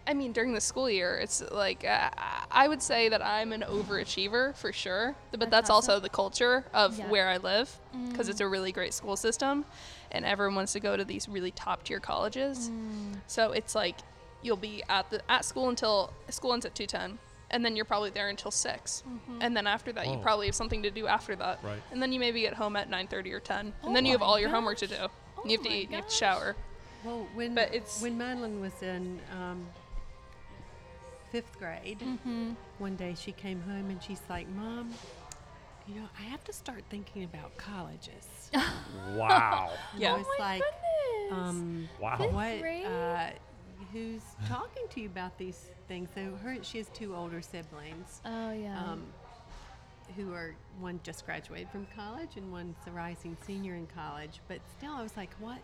S4: I mean, during the school year, it's like uh, I would say that I'm an overachiever for sure, but that's,
S2: That's
S4: also
S2: awesome.
S4: the culture of
S2: Yeah. Mm.
S4: where I live because it's a really great school system, and everyone wants to go to these really top tier colleges.
S2: Mm.
S4: So it's like you'll be at the at school until school ends at two ten, and then you're probably there until 6
S2: Mm-hmm.
S4: and then after that
S1: Oh.
S4: you probably have something to do after that,
S1: Right.
S4: and then you maybe get home at nine thirty or ten,
S2: Oh
S4: and then you have
S2: my
S4: all your homework to
S2: gosh.
S4: do.
S2: Oh
S4: you have to
S2: my
S4: eat, you have to
S2: gosh.
S4: shower.
S3: Well, when
S4: But it's-
S3: when Madeline was in um, fifth grade, one day she came home and she's like, "Mom, you know, I have to start thinking about colleges." And
S1: Wow.
S4: Yeah.
S3: I was like,
S2: Oh Goodness.
S3: um,
S1: wow.
S2: Fifth
S3: "What?
S2: grade?
S3: Uh, who's talking to you about these things?" So her, she has two older siblings.
S2: oh yeah.
S3: um,
S2: Mm-hmm.
S3: who are one just graduated from college and one's a rising senior in college. But still, I was like, what?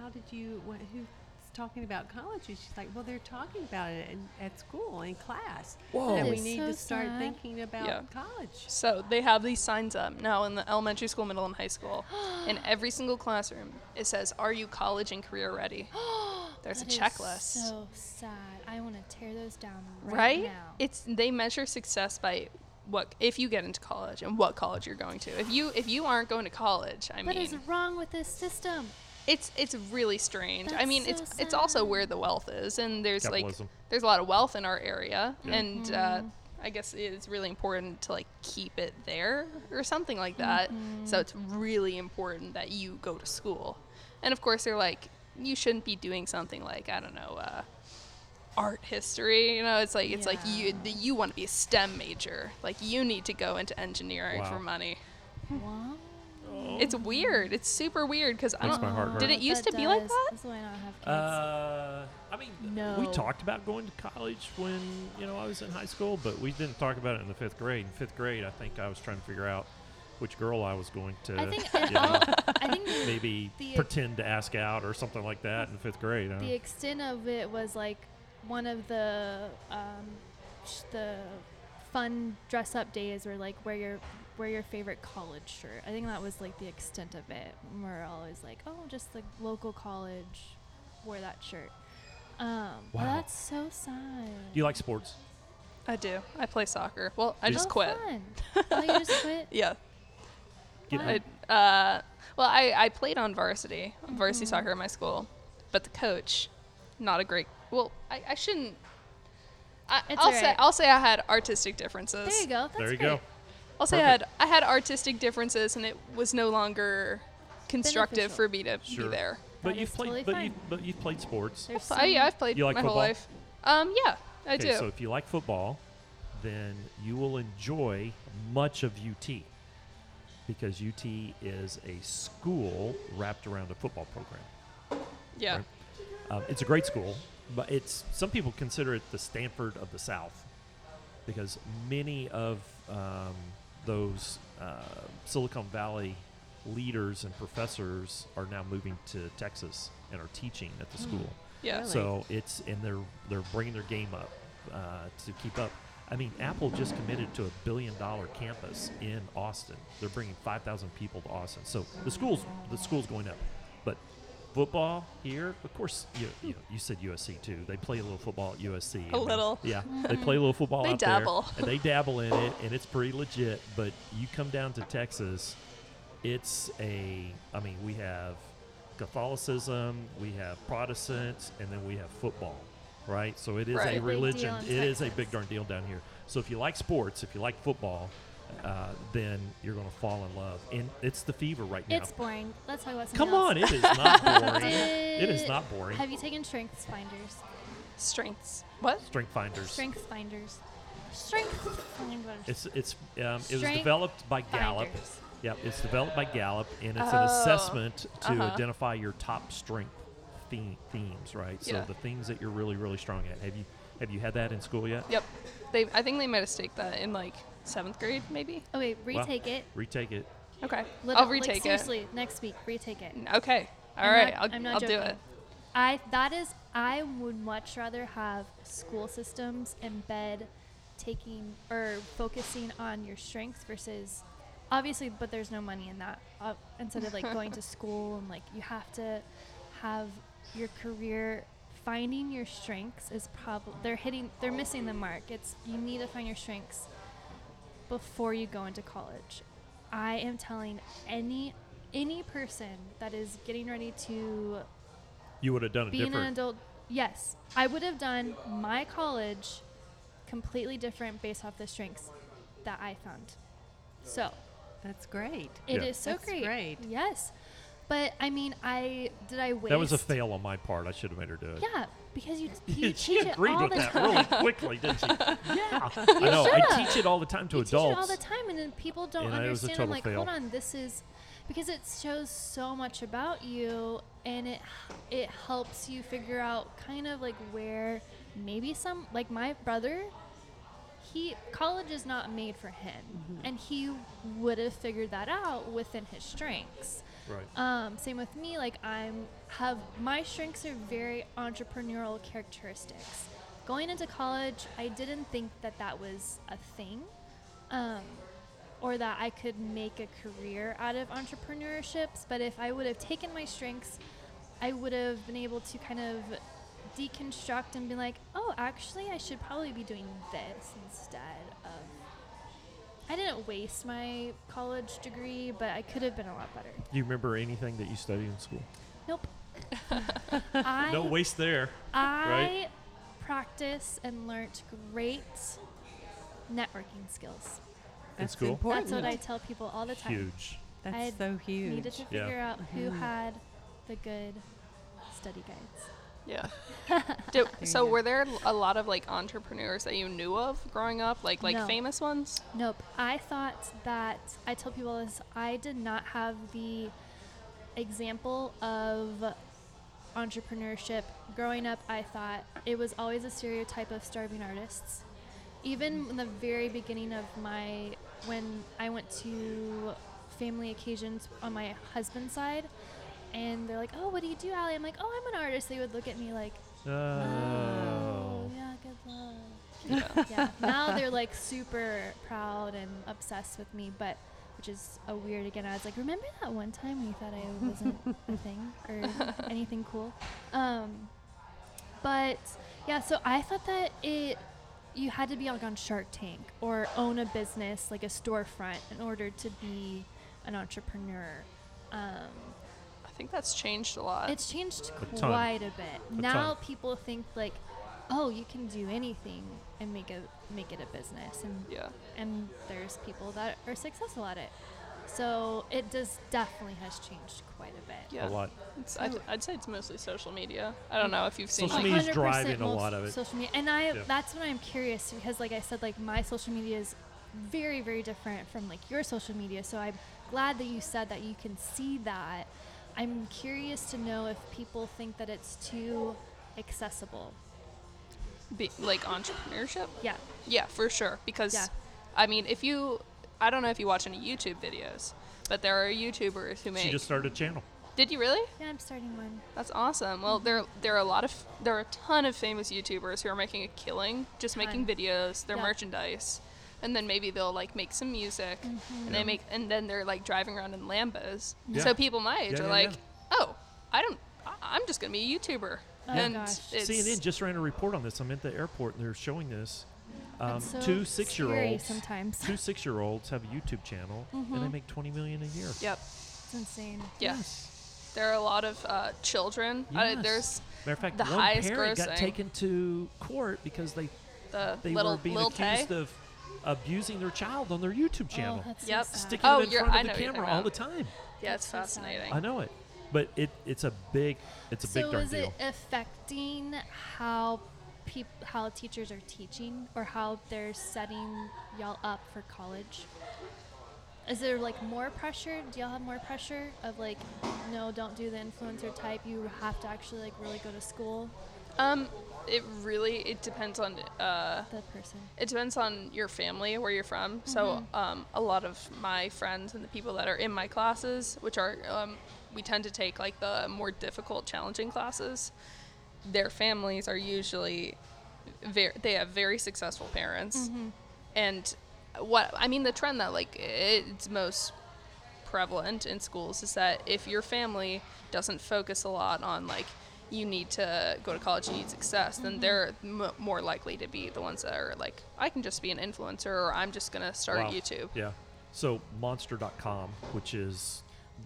S3: How did you? What, who's talking about college? And she's like, well, they're talking about it in, at school in class.
S1: Whoa.
S3: And
S2: That
S3: we
S2: is
S3: need
S2: so
S3: to start
S2: sad.
S3: thinking about
S4: Yeah.
S3: college.
S4: So they have these signs up now in the elementary school, middle, and high school. in every single classroom, it says, "Are you college and career ready?" There's a
S2: That is
S4: checklist,
S2: So sad. I want to tear those down right,
S4: right?
S2: now.
S4: It's they measure success by what if you get into college and what college you're going to. If you if you aren't going to college, I
S2: what
S4: mean,
S2: is wrong with this system?
S4: it's it's really strange. I
S2: That's
S4: mean,
S2: so
S4: it's it's also
S2: sad.
S4: where the wealth is, and there's
S1: Capitalism.
S4: like there's a lot of wealth in our area, and uh,
S2: Mm-hmm.
S4: I guess it's really important to like keep it there or something like that.
S2: Mm-hmm.
S4: So it's really important that you go to school, and of course they're like you shouldn't be doing something like I don't know. Uh, art history you know it's like it's like you
S2: Yeah.
S4: you want to be a stem major like you need to go into engineering
S1: Wow.
S4: for money
S2: Wow. Oh.
S4: it's weird it's super weird because i
S1: Makes
S4: don't
S1: my heart hurt.
S4: Did it used to be like that?
S2: That's why I don't have kids.
S1: Uh, I mean, we
S2: No.
S1: talked about going to college when you know I was in high school, but we didn't talk about it in the fifth grade. In fifth grade, I think I was trying to figure out which girl I was going to
S2: I think
S1: you know,
S2: I think the-
S1: maybe
S2: the-
S1: pretend to ask out or something like that in fifth grade. I don't
S2: the extent of it was like one of the um, sh- the fun dress up days where like wear your wear your favorite college shirt. I think that was like the extent of it. And We're always like, oh, just like local college, wore that shirt. Um, but
S1: Wow.
S2: that's so sad.
S1: Do you like sports?
S4: I do. I play soccer. Well, I
S1: Yeah.
S4: just
S2: oh,
S4: quit.
S2: Fun. Oh, you just quit?
S4: Yeah.
S1: Get
S2: Wow.
S1: out.
S4: I, uh, well, I, I played on varsity, on
S2: Hmm.
S4: varsity soccer at my school, but the coach, not a great. Well, I, I shouldn't. I,
S2: It's
S4: I'll
S2: all
S4: say
S2: right.
S4: I'll say I had artistic differences.
S2: There you go. That's
S1: there you
S2: great.
S1: go.
S4: I'll say I had
S1: Perfect.
S4: I had artistic differences, and it was no longer constructive
S2: Beneficial.
S4: for me to
S1: Sure.
S4: be there.
S1: But
S2: That
S1: you've
S2: is
S1: played,
S2: totally
S1: but
S2: fine.
S1: you but you've played sports.
S2: There's
S4: I, yeah,
S2: some-
S4: I've played
S1: You like
S4: my whole
S1: football?
S4: life. Um, yeah, I
S1: okay,
S4: do.
S1: so if you like football, then you will enjoy much of UT because UT is a school wrapped around a football program.
S4: yeah.
S1: right? Um, it's a great school, but it's some people consider it the Stanford of the South because many of um, those uh, Silicon Valley leaders and professors are now moving to Texas and are teaching at the school.
S4: Yeah.
S3: Really?
S1: So it's and they're they're bringing their game up uh, to keep up. I mean, Apple just committed to a billion dollar campus in Austin. They're bringing five thousand people to Austin. So the schools the schools going up, but football here, of course. You you, you said USC too. They play a little football at USC. I
S4: A
S1: mean,
S4: little.
S1: Yeah, they play a little football.
S4: They
S1: out there,
S4: dabble.
S1: and they dabble in it, and it's pretty legit. But you come down to Texas, it's a i mean we have catholicism we have protestants and then we have football right so it is
S4: Right.
S1: a
S4: Big
S2: deal
S1: religion
S2: in
S1: It is a
S2: Texas.
S1: big darn deal down here so if you like sports if you like football uh, then you're going to fall in love and it's the fever right now
S2: It's boring. Let's talk about something
S1: come on
S2: else.
S1: it is not boring it
S2: Did-
S1: is not boring
S2: Have you taken strengths finders?
S4: Strengths. What?
S1: strength finders
S2: Strengths finders. Strength finders.
S1: It's it's um, it was
S2: Strength
S1: developed by Gallup.
S2: finders.
S1: Yep, it's developed by Gallup, and it's an
S4: Oh,
S1: assessment to
S4: uh-huh.
S1: identify your top strength theme, themes, right?
S4: Yeah.
S1: So the things that you're really, really strong at. Have you have you had that in school yet?
S4: Yep. They. I think they might have staked that in like seventh grade, maybe.
S2: Okay,
S1: Wow.
S2: Oh, retake it.
S1: Retake it.
S4: Okay.
S2: Lit-
S4: I'll
S2: like,
S4: retake
S2: seriously, next week, retake it.
S4: it. Okay. All
S2: I'm
S4: right.
S2: not-
S4: I'll,
S2: I'm not
S4: I'll do
S2: joking.
S4: it.
S2: I that is I would much rather have school systems embed taking or focusing on your strengths versus obviously but there's no money in that uh, instead of like going to school and like you have to have your career finding your strengths is probably they're hitting they're missing the mark it's you need to find your strengths before you go into college. I am telling any any person that is getting ready to
S1: You would have done it
S2: being an
S1: different.
S2: adult, yes, I would have done my college completely different based off the strengths that I found. So
S3: That's great.
S2: it is
S1: Yeah.
S2: so
S3: That's
S2: great.
S3: great.
S2: Yes, but I mean, I did I waste?
S1: That was a fail on my part. I should have made her do it.
S2: Yeah, because you, you
S1: she
S2: teach it
S1: agreed
S2: all
S1: with
S2: the
S1: that
S2: time.
S1: really quickly, didn't she? Yeah, I know. I
S2: should've.
S1: teach it all the time to
S2: you teach
S1: adults.
S2: it all the time, and then people don't
S1: And it was a
S2: understand. I'm
S1: total
S2: like,
S1: fail.
S2: hold on, this is because it shows so much about you, and it it helps you figure out kind of like where maybe some like my brother, he college is not made for him, and he would have figured that out within his strengths.
S1: Right.
S2: Um, same with me. Like I'm have my strengths are very entrepreneurial characteristics. Going into college, I didn't think that that was a thing, um, or that I could make a career out of entrepreneurships. But if I would have taken my strengths, I would have been able to kind of deconstruct and be like, oh, actually, I should probably be doing this instead of. I didn't waste my college degree, but I could have been a lot better.
S1: Do you remember anything that you studied in school?
S2: Nope. I,
S1: no waste there.
S2: I
S1: right?
S2: practice and learnt great networking skills.
S3: That's
S1: school? That's
S3: important.
S2: That's what I tell people all the time.
S1: Huge.
S3: That's
S2: I'd
S3: so huge.
S2: Needed to
S1: Yeah.
S2: figure out who had the good study guides.
S4: Yeah. Do,
S3: you
S4: so
S3: go.
S4: were there a lot of like entrepreneurs that you knew of growing up, like like
S2: No.
S4: famous ones?
S2: Nope. I thought that I tell people this. I did not have the example of entrepreneurship growing up. I thought it was always a stereotype of starving artists. Even in the very beginning of my when I went to family occasions on my husband's side, and they're like, "Oh, what do you do, Allie?" I'm like, "Oh, I'm an artist." They would look at me like,
S1: Oh.
S2: yeah, good luck. yeah. Now they're like super proud and obsessed with me, but which is a weird again. I was like, remember that one time when you thought I wasn't a thing or anything cool? Um, but yeah, so I thought that it you had to be like on Shark Tank or own a business like a storefront in order to be an entrepreneur. Um,
S4: I think that's changed a lot.
S2: it's changed
S1: Uh, A ton.
S2: quite a bit.
S1: A
S2: now
S1: ton.
S2: people think like, oh, you can do anything and make a make it a business, and
S4: yeah.
S2: and there's people that are successful at it. So it does definitely has changed quite a bit.
S4: Yeah.
S1: A lot.
S4: It's, I'd, I'd say it's mostly social media. I don't know if you've seen
S1: Social
S4: like
S1: media. media's
S2: 100%
S1: driving a
S2: most
S1: lot of it.
S2: Social media, and I
S1: Yeah.
S2: that's when I'm curious because, like I said, like my social media is very, very different from like your social media. So I'm glad that you said that you can see that. I'm curious to know if people think that it's too accessible.
S4: be, like entrepreneurship.
S2: Yeah,
S4: Yeah, for sure. Because,
S2: Yeah.
S4: I mean, if you, I don't know if you watch any YouTube videos, but there are YouTubers who make.
S1: She just started a channel.
S4: did you really?
S2: yeah, I'm starting one.
S4: That's awesome. Well,
S1: Mm-hmm.
S4: there there are a lot of there are a ton of famous YouTubers who are making a killing, just making
S2: Ton.
S4: videos, their
S2: Yeah.
S4: merchandise, and then maybe they'll like make some music, and
S1: Mm-hmm. Yeah.
S4: they make and then they're like driving around in Lambos.
S1: Yeah.
S4: So people my age
S1: Yeah,
S4: are
S1: yeah,
S4: like,
S1: yeah.
S4: oh, I don't, I- I'm just gonna be a YouTuber.
S2: Oh,
S4: and
S2: gosh.
S4: it's
S1: CNN just ran a report on this. I'm at the airport and they're showing this. Um,
S2: That's so
S1: two
S2: scary
S1: six-year-olds,
S2: sometimes.
S1: two six-year-olds have a YouTube channel and they make 20 million a year.
S4: yep,
S2: It's insane.
S4: Mm-hmm. yeah. There are a lot of uh, children. I,
S1: Yes.
S4: there's
S1: Matter of fact,
S4: the
S1: one
S4: highest
S1: parent got
S4: grossing.
S1: taken to court because they
S4: the
S1: they
S4: little
S1: were being
S4: little Tay.
S1: accused of abusing their child on their YouTube channel,
S2: Oh, that's
S4: Yep.
S2: so sad.
S1: sticking
S4: Oh,
S1: them in
S4: you're-
S1: front
S4: I
S1: of the
S4: know what you're
S1: camera
S4: talking
S1: all the
S4: about.
S1: time.
S4: Yeah, it's
S2: so sad.
S4: fascinating.
S1: I know it, but it it's a big it's a big
S2: so
S1: darn
S2: is
S1: deal.
S2: it affecting how peop- how teachers are teaching or how they're setting y'all up for college? Is there like more pressure? Do y'all have more pressure of like, no, don't do the influencer type. You have to actually like really go to school.
S4: Um, it really it depends on uh,
S2: The person.
S4: it depends on your family where you're from. So um, a lot of my friends and the people that are in my classes, which are um, we tend to take like the more difficult, challenging classes. Their families are usually very they have very successful parents, and what I mean the trend that like it's most prevalent in schools is that if your family doesn't focus a lot on like you need to go to college you need success then they're m- more likely to be the ones that are like i can just be an influencer or i'm just going to start
S1: Wow.
S4: youtube
S1: Yeah. So Monster.com, which is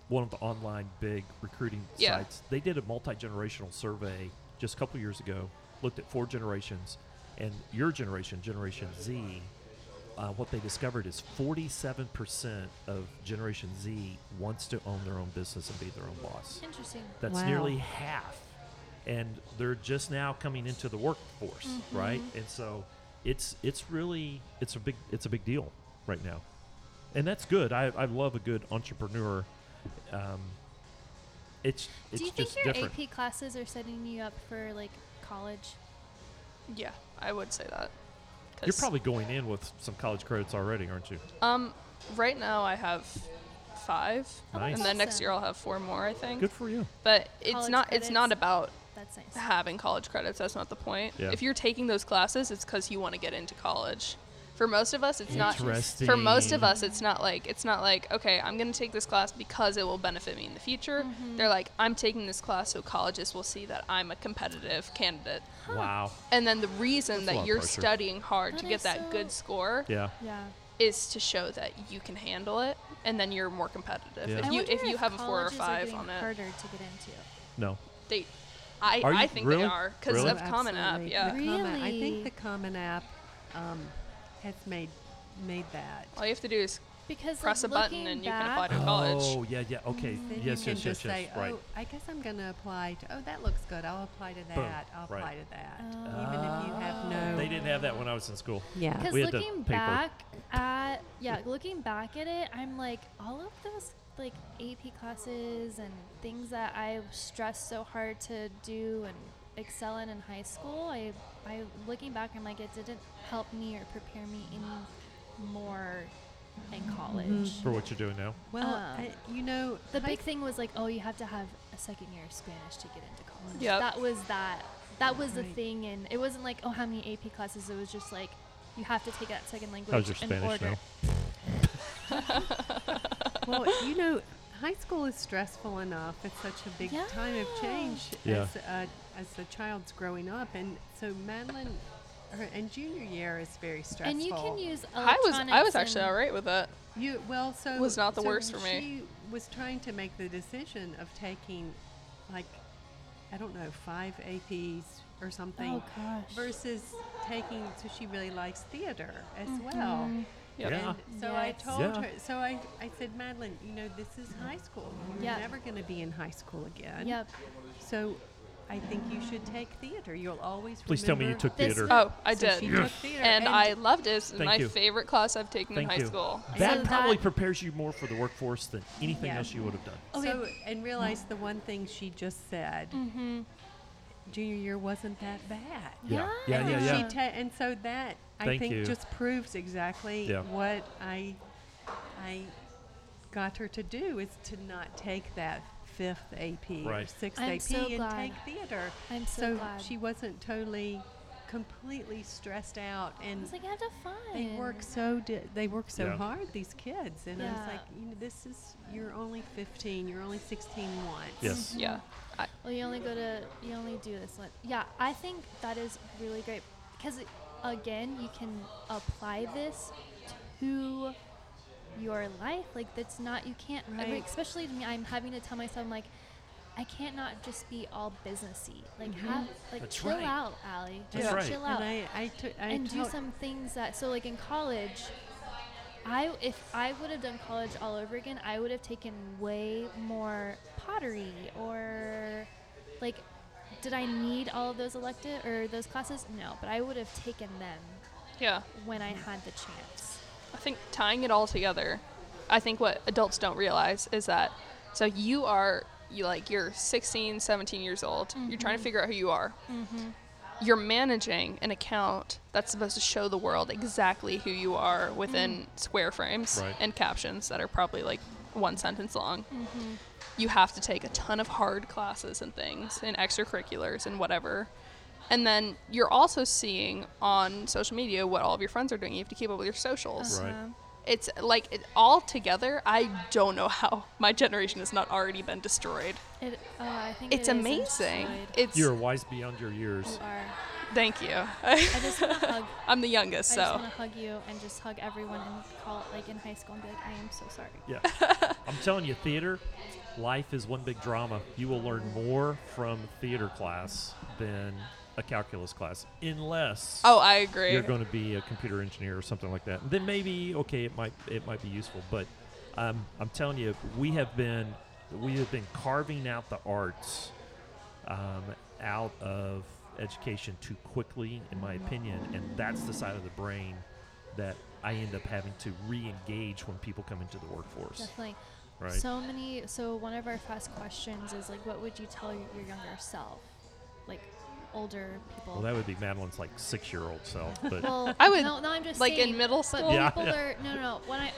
S1: one of the online big recruiting
S4: Yeah.
S1: sites, they did a multi generational survey just a couple years ago, looked at four generations, and your generation, Generation Z, uh, what they discovered is 47% of Generation Z wants to own their own business and be their own boss.
S2: Interesting.
S1: That's
S3: Wow.
S1: nearly half. And they're just now coming into the workforce,
S3: Mm-hmm.
S1: right? And so it's it's really it's a big it's a big deal right now. And that's good. I, I love a good entrepreneur. Um, it's it's
S2: Do you think
S1: just
S2: your
S1: different.
S2: AP classes are setting you up for like college?
S4: yeah i would say that
S1: You're
S4: 'Cause,
S1: probably going in with some college credits already, aren't you?
S4: um right now i have five
S1: Oh, that's
S4: and then next
S2: awesome.
S4: year i'll have four more i think
S1: Good for you.
S4: but it's
S2: College
S4: not it's not
S2: credits.
S4: about
S2: That's nice.
S4: having college credits. That's not the point.
S1: Yeah.
S4: If you're taking those classes, it's because you want to get into college. For most of us, it's not.
S1: Interesting.
S4: For most of us, it's not like it's not like okay, I'm going to take this class because it will benefit me in the future.
S2: Mm-hmm.
S4: They're like, I'm taking this class so colleges will see that I'm a competitive candidate.
S1: Wow.
S4: And then the reason
S1: That's a lot
S4: that
S1: of
S4: you're
S1: pressure.
S4: studying hard to
S2: That
S4: get
S2: is
S4: that
S2: so-
S4: good score
S1: Yeah.
S2: Yeah.
S4: is to show that you can handle it, and then you're more competitive.
S1: Yeah.
S4: If
S2: I
S4: you
S2: wonder
S4: if you have a four or
S2: colleges are
S4: five
S2: getting
S4: on it,
S2: harder to get into.
S1: No.
S4: they, I
S1: Are
S4: I
S1: you-
S4: think
S1: really?
S4: they are because
S1: Really?
S4: of Common App.
S3: Absolutely.
S4: Yeah.
S3: The Common- I
S2: Really?
S3: think the Common App um, has made made that.
S4: All you have to do is
S2: Because
S4: press a
S2: like,
S4: button
S2: looking
S4: and you can
S2: back,
S4: apply to college.
S1: Oh yeah yeah okay
S3: Then
S1: yes
S3: you can
S1: yes yes
S3: just
S1: yes
S3: say,
S1: right
S3: oh, I guess I'm going to apply to. Oh, that looks good. I'll apply to that. I'll
S1: Right.
S3: apply to that.
S4: Oh.
S3: Even if you have no.
S1: they didn't have that when I was in school
S3: Yeah.
S2: Because
S1: We had the
S2: looking
S1: paper.
S2: back at yeah, looking back at it, I'm like all of those like AP classes and things that I stressed so hard to do and excel in in high school. I I looking back, I'm like it didn't help me or prepare me any more in college.
S1: for what you're doing now
S3: Well,
S4: Oh.
S2: Um,
S3: I, you know,
S2: The
S3: high
S2: big thing was like, oh, you have to have a second year of Spanish to get into college.
S4: Yep.
S2: That was that. That was the
S3: Right.
S2: thing, and it wasn't like, oh, how many AP classes? It was just like, you have to take that second language
S1: how's your
S2: in
S1: Spanish
S2: order.
S1: now
S3: well, you know, high school is stressful enough. It's such a big time of change
S1: Yeah.
S3: as, uh, as the child's growing up. And so Madeline, her, and junior year is very stressful.
S2: And you can use
S4: I was I was
S2: electronics
S4: actually
S2: and-
S4: all right with it.
S3: You, well, so.
S4: Was not the
S3: so
S4: worst for me.
S3: She was trying to make the decision of taking, like, I don't know, five APs or something.
S2: Oh gosh.
S3: Versus taking, so she really likes theater as well.
S4: Yep.
S1: Yeah.
S3: And so I
S2: Mm-hmm. Yes.
S3: told
S1: Yeah.
S3: her, so I, I said, Madeline, you know, this is high school. You're
S2: Yeah.
S3: never going to be in high school again.
S2: Yep.
S3: So I think you should take theater. You'll always
S1: please tell me you
S3: remember-
S1: took
S2: This-
S1: theater
S4: Oh, I
S3: So
S4: did.
S3: she
S4: And,
S3: took theater.
S4: I loved it. It's
S1: Thank
S4: my
S1: you.
S4: favorite class I've taken
S1: Thank
S4: in high
S1: you.
S4: school.
S1: That
S2: So
S1: probably
S2: that-
S1: prepares you more for the workforce than anything
S3: Yeah.
S1: else you would have done.
S2: Okay.
S3: So, and realize the one thing she just said.
S2: Mm-hmm.
S3: Junior year wasn't that bad.
S1: Yeah.
S2: Yeah.
S1: Yeah, yeah, yeah.
S3: She ta- and so that I
S1: Thank
S3: think
S1: you.
S3: just proves exactly
S1: Yeah.
S3: what I I got her to do is to not take that fifth AP or
S1: Right.
S3: sixth
S2: I'm
S3: AP
S2: so
S3: and
S2: glad.
S3: take theater.
S2: I'm so glad.
S3: she wasn't totally completely stressed out and
S2: It's like I have to find.
S3: they work so di- they work so
S1: Yeah.
S3: hard these kids and I
S2: Yeah.
S3: was like you know this is you're only 15 you're only 16 once
S1: Yes.
S4: Yeah. I,
S2: Well, you only go to you only do this one. Yeah, I think that is really great because again, you can apply this to your life. Like that's not you can't. I mean,
S3: Right.
S2: Especially to me, I'm having to tell myself I'm like, I can't not just be all businessy. Like have like
S1: That's
S2: chill
S1: right.
S2: out, Allie.
S1: That's
S2: Just
S1: right.
S2: chill out
S3: Mm-hmm. and I, I, took I
S2: and do
S3: told-
S2: some things that so like in college i if i would have done college all over again i would have taken way more pottery or like did i need all of those elective or those classes no but i would have taken them
S4: yeah. Mm.
S2: when i had the chance
S4: I think tying it all together, I think what adults don't realize is that so you are you like you're 16, 17 years old. You're trying to figure out who you are. You're managing an account that's supposed to show the world exactly who you are within square frames
S1: Right.
S4: and captions that are probably like one sentence long. You have to take a ton of hard classes and things and extracurriculars and whatever. And then you're also seeing on social media what all of your friends are doing. You have to keep up with your socials
S1: Right.
S4: it's like it, all together i don't know how my generation has not already been destroyed
S2: It, oh, I think
S4: it's
S2: it is
S4: amazing
S2: enjoyed.
S4: it's
S1: You're wise beyond your years.
S2: You are.
S4: thank you
S2: I just want to hug.
S4: i'm the youngest
S2: I
S4: so
S2: just want to hug you and just hug everyone and call it like in high school and be like, I am so sorry.
S1: Yeah. I'm telling you, theater, life is one big drama. You will learn more from theater class than a calculus class, unless
S4: oh i agree
S1: you're going to be a computer engineer or something like that. Then maybe okay, it might it might be useful. But um, I'm telling you, we have been we have been carving out the arts um, out of education too quickly, in my opinion, and that's the side of the brain that I end up having to re-engage when people come into the workforce.
S2: Definitely.
S1: Right.
S2: So many. So one of our first questions is like, what would you tell your younger self, like older people?
S1: Well, that would be Madeline's like six-year-old self, but
S2: Well,
S4: I would,
S2: No, no, I'm just
S4: like, in
S2: saying,
S4: middle
S2: But
S4: school?
S1: Yeah,
S2: people
S1: yeah.
S2: are no, no, no. When I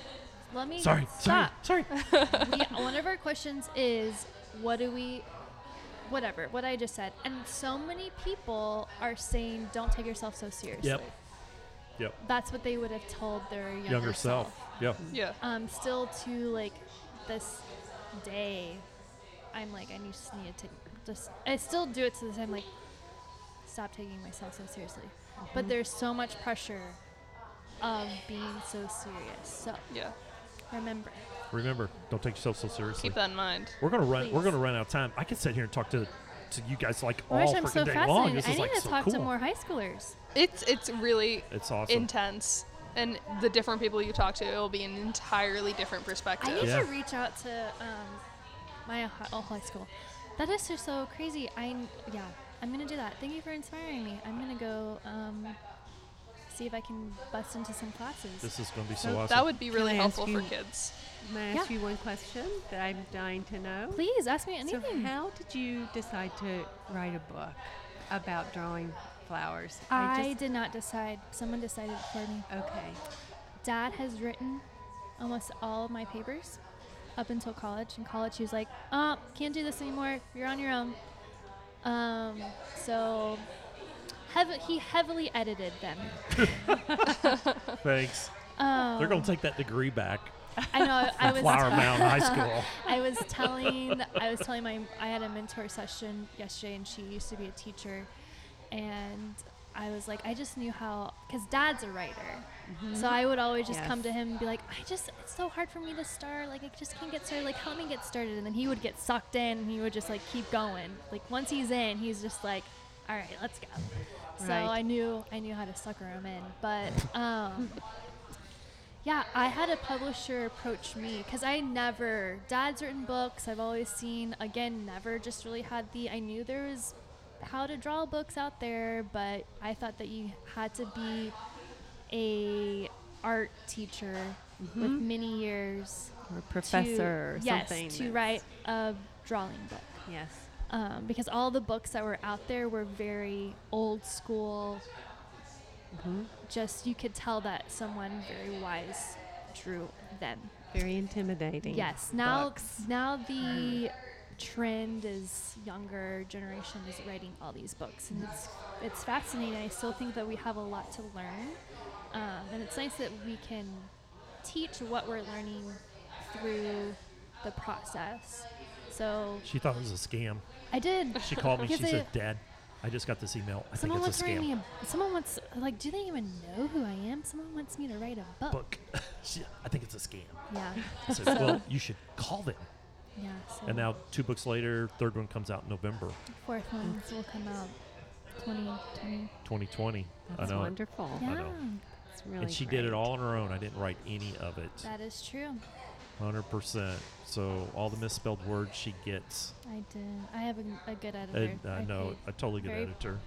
S2: let me
S1: sorry, sorry,
S2: stop.
S1: sorry.
S2: Yeah, one of our questions is, what do we, whatever, what I just said, and so many people are saying, don't take yourself so seriously.
S1: Yep. Yep.
S2: That's what they would have told their younger,
S1: Younger self. Yep.
S4: yeah
S2: Um, still to like this day, I'm like, I need- just need to just. I still do it to this. I'm like, stop taking myself so seriously.
S3: Mm-hmm.
S2: But there's so much pressure of being so serious. So
S4: yeah
S2: remember.
S1: Remember, don't take yourself so seriously.
S4: keep that in mind
S1: We're gonna run. We're
S2: Please.
S1: gonna run out of time. I could sit here and talk to to you guys like
S2: Oh my
S1: all
S2: gosh, I'm
S1: freaking
S2: so
S1: day
S2: fascinated.
S1: long. This
S2: I
S1: is
S2: need
S1: like
S2: to
S1: so
S2: talk
S1: cool.
S2: to more high schoolers.
S4: it's it's really
S1: It's awesome.
S4: intense and the different people you talk to it will be an entirely different
S2: I
S4: perspective
S2: need
S1: Yeah.
S2: to reach out to um, my Ohio, oh, high school. That is just so crazy. I yeah, I'm gonna do that. Thank you for inspiring me. I'm gonna go um, see if I can bust into some classes.
S1: This is gonna be so
S3: So
S1: awesome.
S4: that would be really
S3: I
S4: helpful
S3: ask
S4: for
S3: you-
S4: kids
S3: May I ask you one question that I'm dying to know?
S2: Please ask me
S3: So,
S2: anything.
S3: how did you decide to write a book about drawing flowers?
S2: I, did not decide. Someone decided for me.
S3: Okay.
S2: Dad has written almost all of my papers up until college. In college, he was like, "Uh, can't do this anymore. You're on your own." Um, so heav- he heavily edited them.
S1: Thanks.
S2: Um,
S1: They're gonna take that degree back
S2: I know. I,
S1: from
S2: was.
S1: Flower Mound High School.
S2: I was telling. I was telling my. I had a mentor session yesterday, and she used to be a teacher, and I was like, I just knew how, because Dad's a writer, so I would always just
S3: Yes.
S2: come to him and be like, I just, it's so hard for me to start. Like, I just can't get started. Like, help me get started. And then he would get sucked in, and he would just like keep going. Like once he's in, he's just like, all right, let's go. So
S3: Right.
S2: I knew I knew how to sucker him in, but um, yeah, I had a publisher approach me because I never dad's written books. I've always seen again, never just really had the. I knew there was how to draw books out there, but I thought that you had to be a art teacher with many years
S3: Or a
S2: to-
S3: Mm-hmm. professor or
S2: yes,
S3: something.
S2: to
S3: that's-
S2: write a drawing book
S3: Yes.
S2: um, because all the books that were out there were very old school. Just you could tell that someone very wise drew them.
S3: Very intimidating.
S2: Yes. Now,
S3: books.
S2: now the trend is younger generation is writing all these books, and it's it's fascinating. I still think that we have a lot to learn, um, and it's nice that we can teach what we're learning through the process. So
S1: She thought it was a scam.
S2: I did.
S1: She called me. She
S2: Because I-
S1: said, "Dad, I just got this email. I
S2: Someone
S1: think it's
S2: wants
S1: a
S2: to write
S1: scam."
S2: me a. Someone wants like, do they even know who I am? Someone wants me to write a book.
S1: Book. She- I think it's a scam.
S2: Yeah,
S1: I said, "Well, you should call them."
S2: yeah. So
S1: And now, two books later, third one comes out in November
S2: fourth ones will come out. 2020.
S1: 2020.
S3: That's
S1: I know. it.
S3: wonderful.
S2: Yeah,
S1: know.
S3: It's really
S1: And she did it
S3: great.
S1: all on her own. I didn't write any of it.
S2: that is true.
S1: Hundred percent. So all the misspelled words she gets.
S2: I did. I have a, a good editor.
S1: And I know
S2: pay
S1: a totally good
S2: Very-
S1: editor.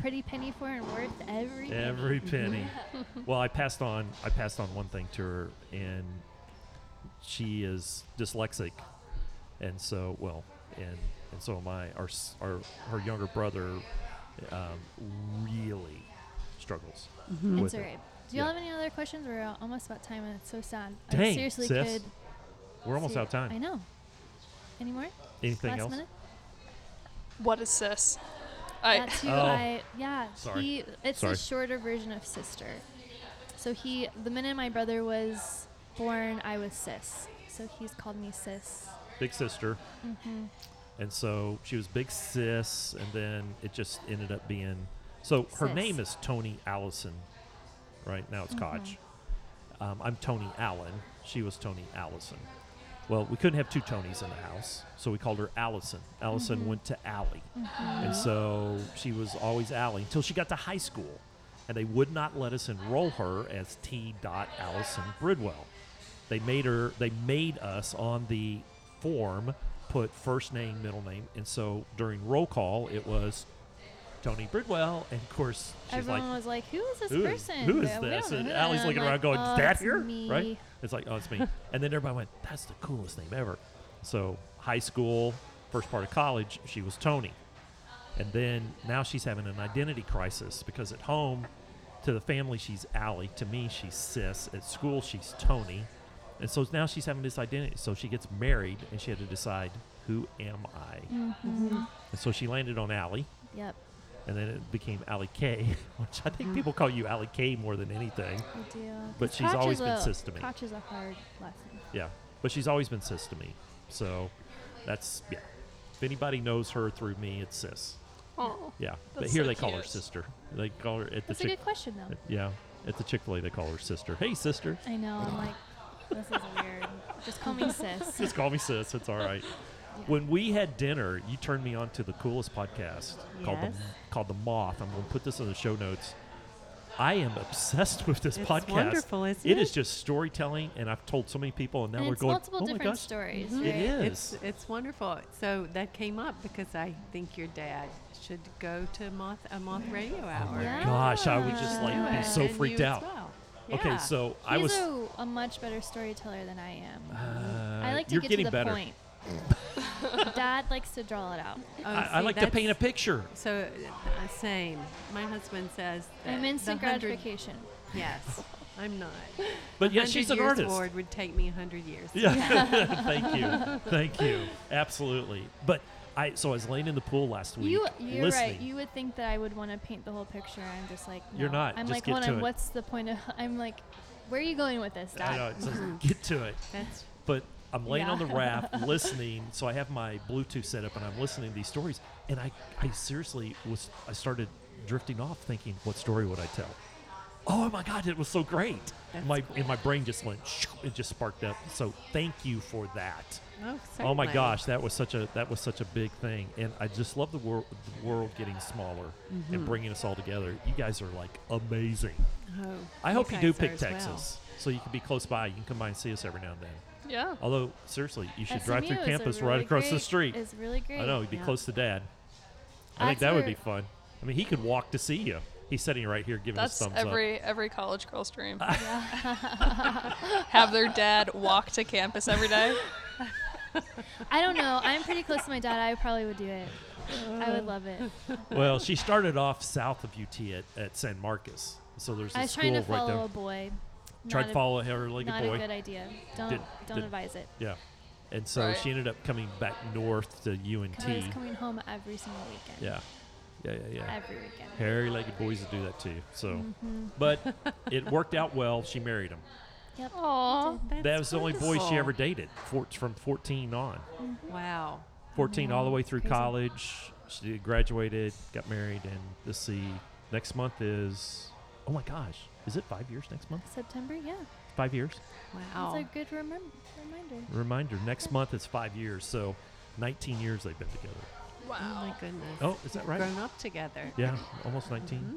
S2: Pretty penny for and worth every. penny.
S1: Every penny. well, I passed on. I passed on one thing to her, and she is dyslexic, and so well, and and so am I. Our s- our her younger brother um, really struggles.
S2: It's
S1: with
S2: all
S1: it.
S2: right. Do y'all
S1: Yeah.
S2: have any other questions? We're al- almost about time, and it's so sad. I
S1: Dang,
S2: seriously
S1: sis.
S2: could.
S1: We're almost
S2: see-
S1: out of time.
S2: I know. Any more?
S1: Anything
S2: Last
S1: else?
S2: minute?
S4: What is sis? I,
S2: That's who
S1: Oh.
S2: I. Yeah.
S1: Sorry.
S2: He. It's
S1: Sorry.
S2: a shorter version of sister. So he. The minute my brother was born, I was sis. So he's called me sis.
S1: Big sister. And so she was big sis, and then it just ended up being. So her
S2: Sis.
S1: name is Tony Allison, right? Now it's Koch. Um, I'm Tony Allen. She was Tony Allison. Well, we couldn't have two Tonys in the house, so we called her Allison. Allison went to Allie. And so she was always Allie until she got to high school, and they would not let us enroll her as T. Dot Allison Bridwell. They made her. They made us on the form put first name, middle name, and so during roll call it was Tony Bridwell, and of course she's
S2: Everyone
S1: like,
S2: was like, "Who is this
S1: "Who is,
S2: person?
S1: who is
S2: Uh, we
S1: this?"
S2: don't know
S1: And
S2: who-
S1: Allie's
S2: I'm
S1: looking
S2: like,
S1: around, going,
S2: "Oh,
S1: "Is that
S2: it's
S1: here?" Right?
S2: me."
S1: It's like, "Oh, it's me." and then everybody went, "That's the coolest name ever." So high school, first part of college, she was Tony, and then now she's having an identity crisis because at home, to the family she's Allie, to me she's Sis, at school she's Tony, and so now she's having this identity. So she gets married, and she had to decide, "Who am I?" And so she landed on Allie
S2: Mm-hmm. Yep.
S1: and then it became Allie K, which I think people call you Allie K more than anything.
S2: We do.
S1: But
S2: 'Cause
S1: she's
S2: Koch
S1: always
S2: is
S1: been
S2: a-
S1: sis to me.
S2: Koch is a hard lesson.
S1: Yeah, but she's always been sis to me, so that's yeah. If anybody knows her through me, it's sis.
S4: oh,
S1: Yeah, but
S4: That's
S1: here
S4: so
S1: they call her
S4: cute.
S1: sister. They call her at the
S2: That's a
S1: chick.
S2: good question, though.
S1: Yeah, at the Chick Fil A they call her sister. Hey sister,
S2: I know. I'm like, this is weird. Just call me sis.
S1: just call me sis. It's all right. When we had dinner, you turned me on to the coolest podcast called the
S3: Yes.
S1: called the Moth. I'm going to put this in the show notes. I am obsessed with this
S3: It's
S1: podcast.
S3: wonderful, isn't
S1: It
S3: it?
S1: is just storytelling, and I've told so many people, and now
S2: and
S1: we're
S2: it's
S1: going.
S2: multiple
S1: oh
S2: different
S1: my gosh,
S2: stories.
S1: it
S2: Right?
S1: is.
S3: It's it's wonderful. So that came up because I think your dad should go to moth a moth radio
S1: Oh
S3: hour.
S1: my
S2: Yeah.
S1: gosh, I would just
S2: Yeah.
S1: like
S2: Do
S1: be
S2: it.
S1: so
S3: And you
S1: freaked
S3: as
S1: out.
S3: well.
S1: Okay,
S3: Yeah.
S1: so I
S2: He's
S1: was.
S2: a, a much better storyteller than I am.
S1: uh,
S2: I like to
S1: you're
S2: get
S1: getting
S2: to the
S1: better.
S2: point. Dad likes to draw it out.
S3: Oh,
S1: I, I
S3: see,
S1: like to paint a
S3: that's-
S1: picture.
S3: So uh, same. My husband says that
S2: I'm
S3: the
S2: instant
S3: 100
S2: gratification.
S3: Yes, I'm not.
S1: But yeah,
S3: 100
S1: she's an
S3: years
S1: artist.
S3: Award would take me hundred years.
S1: Yeah. Thank you. Thank you. Absolutely. But I so I was laying in the pool last week
S2: You, you're
S1: listening.
S2: right. You would think that I would want to paint the whole picture. I'm just like,
S1: You're
S2: no.
S1: not.
S2: I'm
S1: Just
S2: like,
S1: get
S2: hold
S1: to
S2: on.
S1: it.
S2: What's the point of? I'm like, where are you going with this,
S1: I
S2: Dad?
S1: know, it's just get to it.
S3: That's
S1: But I'm laying on the
S2: Uh-huh. Yeah.
S1: raft listening. So I have my Bluetooth set up and I'm listening to these stories. And I, I seriously was, I started drifting off thinking, what story would I tell? Oh my God, it was so great.
S3: That's
S1: my And my brain just went, shoo, it just sparked up. So thank you for that.
S3: oh,
S1: Oh my
S3: certainly.
S1: gosh, that was such a that was such a big thing, and I just love the world the world getting smaller
S2: Mm-hmm.
S1: and bringing us all together. You guys are like amazing.
S3: Oh,
S1: I hope you do
S3: guys are
S1: pick
S3: as well.
S1: Texas, so you can be close by. You can come by and see us every now and then.
S4: yeah.
S1: Although seriously, you should
S2: SMU
S1: drive through
S2: is a
S1: campus
S2: really
S1: right across the
S2: great-
S1: street.
S2: Is really great.
S1: I know you'd be
S3: Yeah.
S1: close to Dad. I think
S2: That's
S1: that would
S2: where-
S1: be fun. I mean, he could walk to see you. He's sitting right here giving
S4: That's
S1: his thumbs up.
S4: every every college girl's dream. Have their dad walk to campus every day.
S2: I don't know. I'm pretty close to my dad. I probably would do it. I would love it.
S1: Well, she started off south of UT at, at San Marcos, so there's a
S2: I was
S1: school
S2: trying to
S1: right
S2: follow
S1: there.
S2: a boy.
S1: Tried
S2: Not
S1: to
S2: a-
S1: follow her like
S2: Not
S1: a boy.
S2: a good idea. Don't
S1: Did-
S2: don't
S1: did-
S2: advise it.
S1: Yeah. And so
S4: Right.
S1: she ended up coming back north to UNT.
S2: Because I was coming home every single weekend.
S1: Yeah. Yeah, yeah, yeah.
S2: Every weekend.
S1: Hairy legged boys would do that too. So, but it worked out well. She married him.
S2: Yep.
S4: Aww.
S3: That's
S1: that was the only boy she
S3: wonderful.
S1: ever dated four, from 14 on.
S3: Wow.
S1: 14 all the way through
S2: Crazy.
S1: college. She did- graduated, got married, and let's see. Next month is, oh my gosh, is it five years next month?
S2: September, yeah.
S1: Five years?
S3: Wow.
S2: That's a good remem- reminder.
S1: Reminder next month is five years. So, 19 years they've been together.
S3: oh
S4: Wow.
S3: my goodness.
S1: Oh, is that right?
S3: Grown up together.
S1: Yeah, almost 19.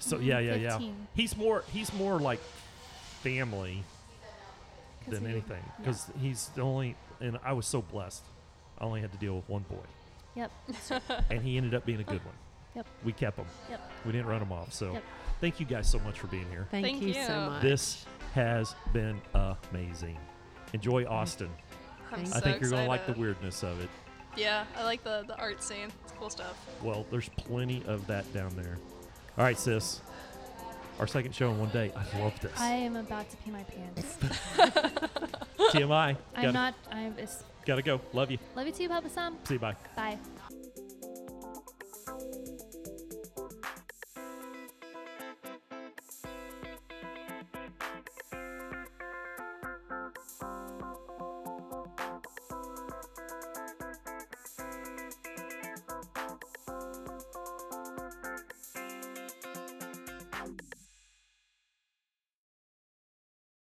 S1: So yeah, yeah, yeah.
S2: 15.
S1: He's more he's more like family
S2: 'Cause
S1: than
S2: we-
S1: anything
S2: yeah.
S1: because he's the only and I was so blessed. I only had to deal with one boy,
S2: Yep.
S1: and he ended up being a good one.
S2: Yep.
S1: We kept him.
S2: Yep.
S1: We didn't run him off. So
S2: Yep.
S1: thank you guys so much for being here.
S3: Thank,
S4: Thank
S3: you,
S4: you.
S3: so much.
S1: This has been amazing. Enjoy Austin.
S4: I'm
S3: Thanks.
S1: I
S4: so
S1: think you're gonna like the
S4: excited.
S1: weirdness of it.
S4: Yeah, I like the, the art scene. It's cool stuff.
S1: Well, there's plenty of that down there. All right, sis. Our second show in one day. I love this.
S2: I am about to pee my pants.
S1: TMI.
S2: I'm
S1: gotta,
S2: not. I'm. It's,
S1: Gotta go. Love you.
S2: love you too, Papa Sam.
S1: See you. Bye.
S2: Bye.